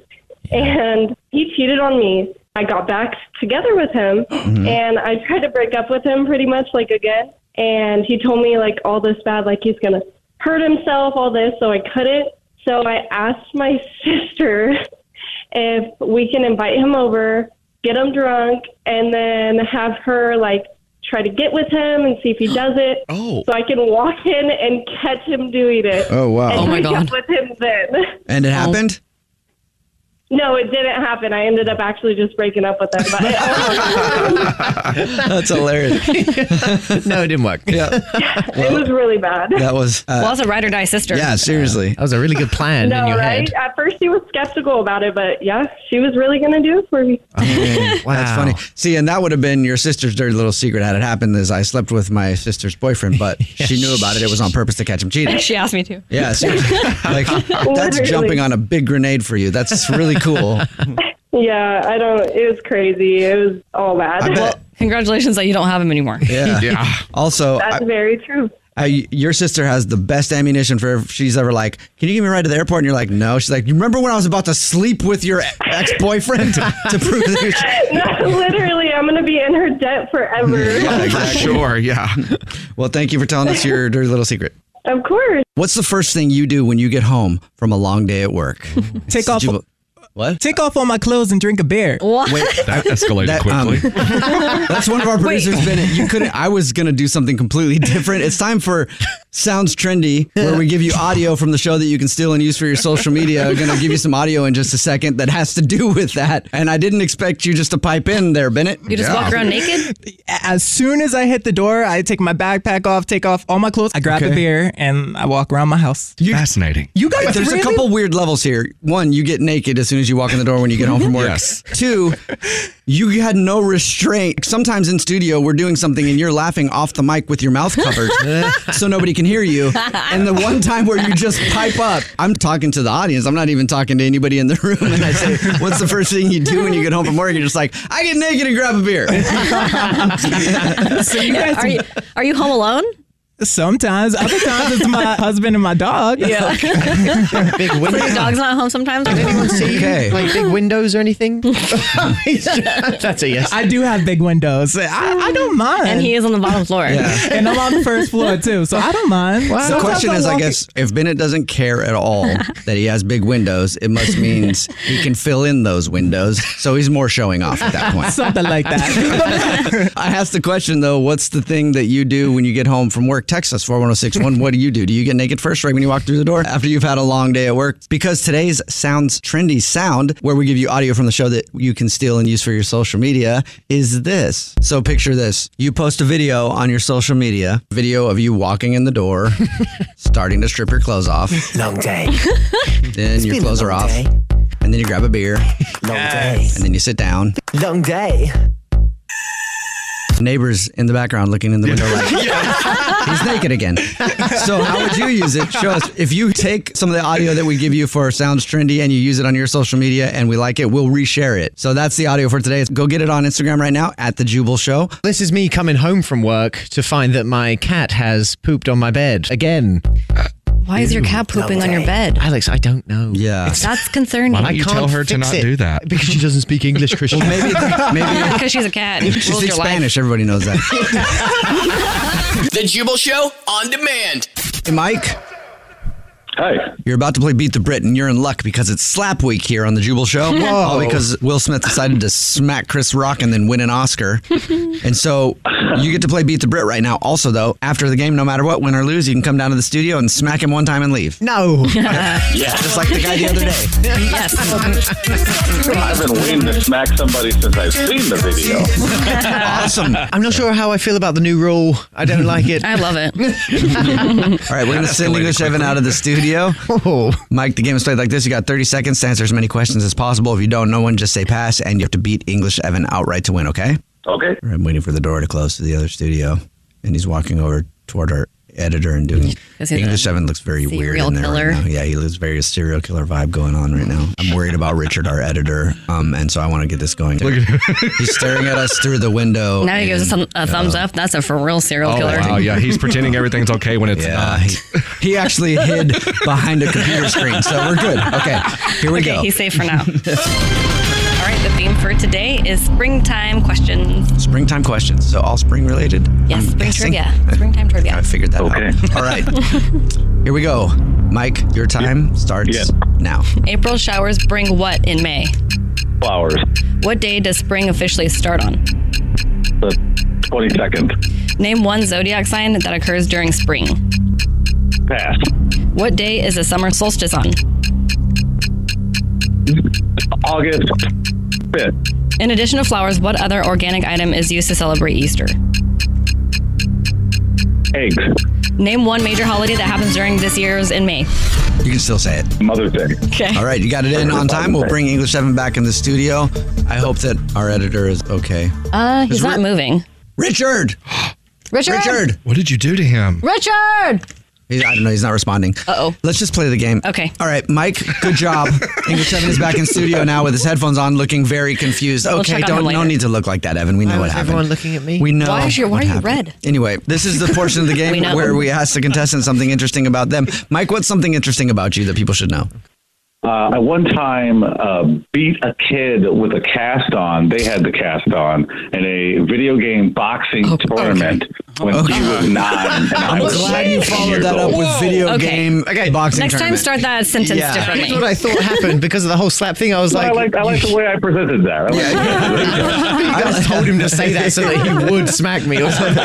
K: and he cheated on me. I got back together with him,
B: Mm-hmm.
S: Mhm.
K: and I tried to break up with him pretty much like again. And he told me like all this bad, like he's gonna hurt himself, all this. So I couldn't. So I asked my sister if we can invite him over, get him drunk, and then have her like try to get with him and see if he does it.
D: Oh.
K: So I can walk in and catch him doing it.
B: Oh, wow.
K: And
B: Oh, my
K: break up
B: God.
K: With him then.
B: And it happened?
K: No, it didn't happen. I ended up actually just breaking up with him. oh But
B: That's hilarious.
F: no, it didn't work.
B: Yeah.
K: it was really bad.
B: That was. uh,
E: well, that's a ride or die sister.
B: seriously.
F: That was a really good plan
K: no,
F: in your
K: right?
F: head.
K: At first, he was skeptical about it, but yeah, she was really going to do it for me.
B: Mm, wow. That's funny. See, and that would have been your sister's dirty little secret had it happened is I slept with my sister's boyfriend, but she knew about it. It was on purpose to catch him cheating.
E: she asked me to.
B: Yeah, seriously. Like, that's
K: Literally.
B: jumping on a big grenade for you. That's really cool.
K: Yeah, I don't. It was crazy. It was all bad.
E: Well, congratulations that you don't have him anymore.
B: Yeah. Also,
K: That's
B: I,
K: very true.
B: I, your sister has the best ammunition for if she's ever like, Can you give me a ride to the airport? And you're like, No. She's like, You remember when I was about to sleep with your ex boyfriend to, to prove that you're.
K: no, literally, I'm going to be in her debt forever.
B: Sure, yeah. Well, thank you for telling us your dirty little secret.
K: Of course.
B: What's the first thing you do when you get home from a long day at work? Take off. what?
C: Take off all my clothes and drink a beer.
E: What?
D: That escalated quickly.
B: um, That's one of our producers, Bennett. You couldn't. I was gonna do something completely different. It's time for Sounds Trendy, where we give you audio from the show that you can steal and use for your social media. I'm gonna give you some audio in just a second that has to do with that. And I didn't expect you just to pipe in there, Bennett.
C: As soon as I hit the door, I take my backpack off, take off all my clothes, I grab a
B: Okay.
C: beer, and I walk around my house.
D: Fascinating.
B: You guys, there's
C: really-
B: a couple weird levels here. One, you get naked as soon as you walk in the door when you get home from work.
D: Yes.
B: Two, you had no restraint. Sometimes in studio, we're doing something and you're laughing off the mic with your mouth covered so nobody can hear you. And the one time where you just pipe up, I'm talking to the audience, I'm not even talking to anybody in the room. And I say, What's the first thing you do when you get home from work? You're just like, I get naked and grab a beer.
C: So you guys-
E: are, you, are you home alone?
C: Sometimes, other times it's my husband and my dog.
E: Yeah.
F: Big
E: So
F: window.
E: your dog's not home sometimes. Did anyone
F: See, Like big windows or anything? That's a yes.
C: I do have big windows. I, I don't mind.
E: And he is on the bottom floor.
C: and I'm on the first floor too, so I don't mind.
B: The
C: Sometimes
B: question
C: I
B: is, I
C: walk-
B: guess, if Bennett doesn't care at all that he has big windows, it must means he can fill in those windows. So he's more showing off at that point.
C: Something like
B: that. I asked the question though, what's the thing that you do when you get home from work? Text us 41061. What do you do? Do you get naked first right when you walk through the door after you've had a long day at work? Because today's Sounds Trendy Sound, where we give you audio from the show that you can steal and use for your social media, is this. So picture this. You post a video on your social media, video of you walking in the door, starting to strip your clothes off. Long day. Then
G: It's
B: your
G: been a
B: clothes are
G: long
B: off.
G: day.
B: And then you grab a beer. Long day. And then you sit down.
G: Long day.
B: Neighbors in the background looking in the window like, He's naked again. So how would you use it? Show us. If you take some of the audio that we give you for Sounds Trendy and you use it on your social media and we like it, we'll reshare it. So that's the audio for today. Go get it on Instagram right now at the Jubal Show.
F: This is me coming home from work to find that my cat has pooped on my bed again.
E: Why is your cat pooping on your bed?
F: Alex, I don't know.
B: Yeah.
E: That's concerning.
F: that? Because she doesn't speak English, Christian.
E: because she's a cat.
B: If she
E: Rules
B: speaks
E: your life.
B: Spanish, everybody knows that.
A: The Jubal Show on demand.
B: Hey, Mike. Hi. You're about to play Beat the Brit, and you're in luck because it's Slap Week here on the Jubal Show.
A: Whoa.
B: All because Will Smith decided to smack Chris Rock and then win an Oscar. and so you get to play Beat the Brit right now. Also, though, after the game, no matter what, win or lose, you can come down to the studio and smack him one time and leave.
F: No.
B: yeah. Just like the guy the other day.
T: I've been waiting to smack somebody since I've seen the video.
B: awesome.
F: I'm not sure how I feel about the new rule. I don't like it.
E: I love it.
B: All right, we're going to send English Evan out of the studio. Mike, the game is played like this. You got 30 seconds to answer as many questions as possible. If you don't know one, just say pass, and you have to beat English Evan outright to win, okay?
T: Okay.
B: I'm waiting for the door to close to the other studio, and he's walking over toward our editor and doing
E: Is he the
B: English Seven looks very weird
E: serial
B: in there
E: killer?
B: right now. Yeah, he lives very serial killer vibe going on right now. I'm worried about Richard, our editor, um, and so I want to get this going. He's staring at us through the window.
E: now he gives us a, thum- a thumbs up. That's a for real
B: Oh,
E: serial
D: Oh,
E: killer.
B: everything's okay when it's not. He, he actually hid behind a computer screen, so we're good. Okay, here we
E: okay,
B: go.
E: he's safe for now. All right, the theme for today is springtime questions.
B: Springtime questions, so all spring related.
E: Yes,
B: I'm
E: spring
B: guessing.
E: trivia. Springtime trivia.
B: I figured that
E: Okay.
B: out. All right, here we go. Mike, your time starts now.
E: April showers bring what in May?
T: Flowers.
E: What day does spring officially start on?
T: The 22nd.
E: Name one zodiac sign that occurs during spring.
T: Pass.
E: What day is the summer solstice on?
T: August 5th.
E: In addition to flowers, what other organic item is used to celebrate Easter?
T: Eggs.
E: Name one major holiday that happens during this year's in May.
B: You can still say it.
T: Mother's Day.
E: Okay.
B: All right, you got it in on time. We'll bring English 7 back in the studio. I hope that our editor is okay.
E: Uh, he's
B: Is
E: not
B: Ri-
E: moving.
B: Richard!
E: Richard!
B: Richard! What did you do to him?
E: Richard!
B: He, I don't know. He's not responding. Uh oh. Let's just play the game.
E: Okay.
B: All right, Mike, good job. English 7 is back in studio now with his headphones on, looking very confused.
F: We'll
B: okay,
F: check on him
B: don't, no
F: later.
B: need to look like that, Evan. We know
F: Why
B: what
F: was
B: happened.
F: everyone looking at me?
B: We know.
F: Why is your- why
B: what
F: are you
B: happened.
F: red?
B: Anyway, this is the portion of the
F: We
B: game
F: know.
B: where we ask the contestant something interesting about them. Mike, what's something interesting about you that people should know?
T: Uh, I one time uh, beat a kid with a cast on. They had the cast on in a video game boxing
B: Oh,
T: tournament when she was nine. And I
B: I'm
T: was
B: glad you
T: 19
B: followed
T: years
B: that up
T: old.
B: with video
E: Okay.
B: game boxing
E: Next time,
B: tournament.
E: start that sentence
B: Yeah.
E: differently.
F: Here's what I thought happened because of the whole slap thing. I was
B: No, I
F: like,
B: like- I like the
T: way I presented that. I
F: you guys told him to say that so that he would smack me or something.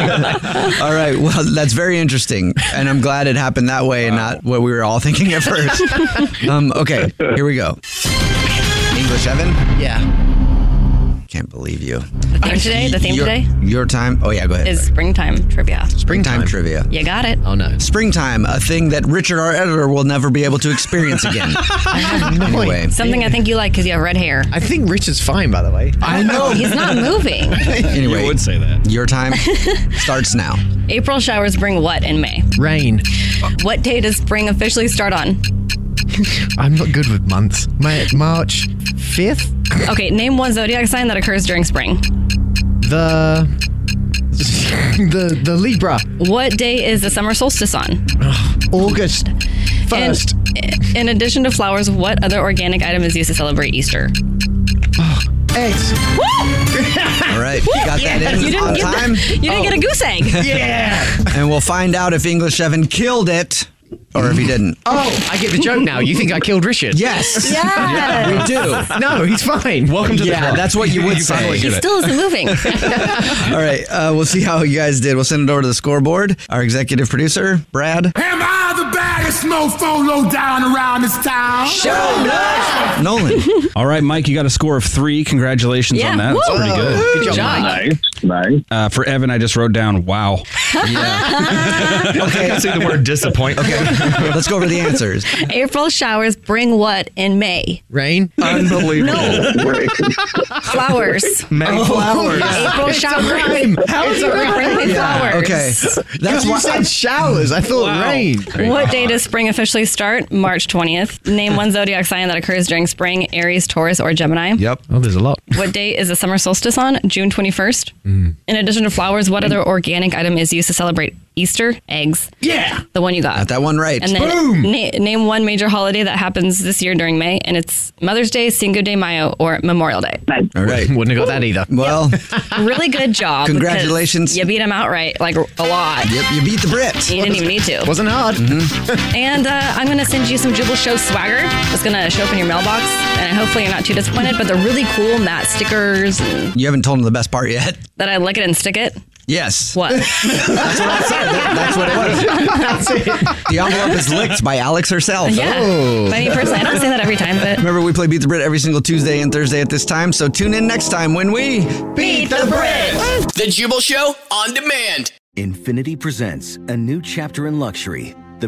B: all right. Well, that's very interesting, and I'm glad it happened that way and not what we were all thinking at first. um, okay, here we go. English Evan,
F: Yeah.
B: can't believe you.
E: The theme today. The theme
B: your,
E: today
B: Your time. Oh yeah, go ahead.
E: is springtime trivia.
B: Springtime trivia.
E: You got it.
B: Oh no. Springtime, a thing that Richard, our editor, will never be able to experience again. anyway.
E: Something I think you like because you have red hair.
F: I think Richard's fine, by the way.
B: I know.
E: Oh, He's not moving.
B: Anyway, would say that. Your time starts now.
E: April showers bring what in May?
F: Rain.
E: What day does spring officially start on?
F: I'm not good with months. My, March 5th?
E: Okay, name one zodiac sign that occurs during spring.
F: The. The, the Libra.
E: What day is the summer solstice on?
F: August. First.
E: In, in addition to flowers, what other organic item is used to celebrate Easter?
F: Eggs.
B: All right, you got that in
E: You didn't,
B: on
E: get, the-
B: time.
E: you didn't
A: Oh.
E: get a goose egg.
B: and we'll find out if English Evan killed it or if he didn't.
F: Oh, I get the joke now. You think I killed Richard?
B: Yes.
F: Yeah.
B: We do.
F: No, he's fine.
B: Welcome to the Yeah, club. that's what you would You say. finally did He it.
E: Still isn't moving.
B: All right, uh, we'll see how you guys did. We'll send it over to the scoreboard. Our executive producer, Brad.
S: Am I the baddest mofo low down around this town? Show up!
B: Nolan.
U: All right, Mike, you got a score of three. Congratulations
S: Yeah,
U: on that. That's
S: woo.
U: pretty
S: Woo.
U: good.
S: Good Good job, job. Mike.
T: Nice.
U: Uh, for Evan, I just wrote down wow.
B: Okay.
D: I see the word disappoint.
B: Okay. Let's go over the answers.
E: April showers bring what in May?
F: Rain.
D: Unbelievable.
E: Flowers.
D: May
B: flowers.
E: April
F: Oh, It's a
E: showers.
F: rhyme. How is it rhyme?
E: Bring flowers.
B: Okay.
F: That's you said showers. I thought rain.
E: What day does spring officially start? March 20th. Name one zodiac sign that occurs during spring Aries, Taurus, or Gemini.
U: Yep. Oh, there's a lot.
E: What day is the summer solstice on? June 21st.
B: Mm.
E: In addition to flowers, what other organic item is used to celebrate Easter? Eggs. Yeah. The one you got.
B: Got that one right.
E: And then Na- name one major holiday that happens this year during May, and it's Mother's Day, Cinco de Mayo, or Memorial Day.
B: All right.
F: Wouldn't have got that either.
B: Well,
E: really good job. because
B: Congratulations.
E: You beat him outright, like a lot.
B: Yep, you beat the Brits.
E: You didn't even need to.
F: Wasn't hard.
E: And uh, I'm going to send you some Jubal Show swagger. It's going to show up in your mailbox, and hopefully you're not too disappointed. But they're really cool matte stickers and
B: you haven't told him the best part yet.
E: that I lick it and stick it.
B: Yes.
E: What?
B: That's what I said. That- that's what it was. The envelope is licked by Alex herself. Oh.
E: Yeah. By me personally, I don't say that every time, but
B: Remember, we play Beat the Brit every single Tuesday and Thursday at this time. So tune in next time when we
A: Beat the Brit. The Jubal Show on demand.
V: Infinity presents a new chapter in luxury, the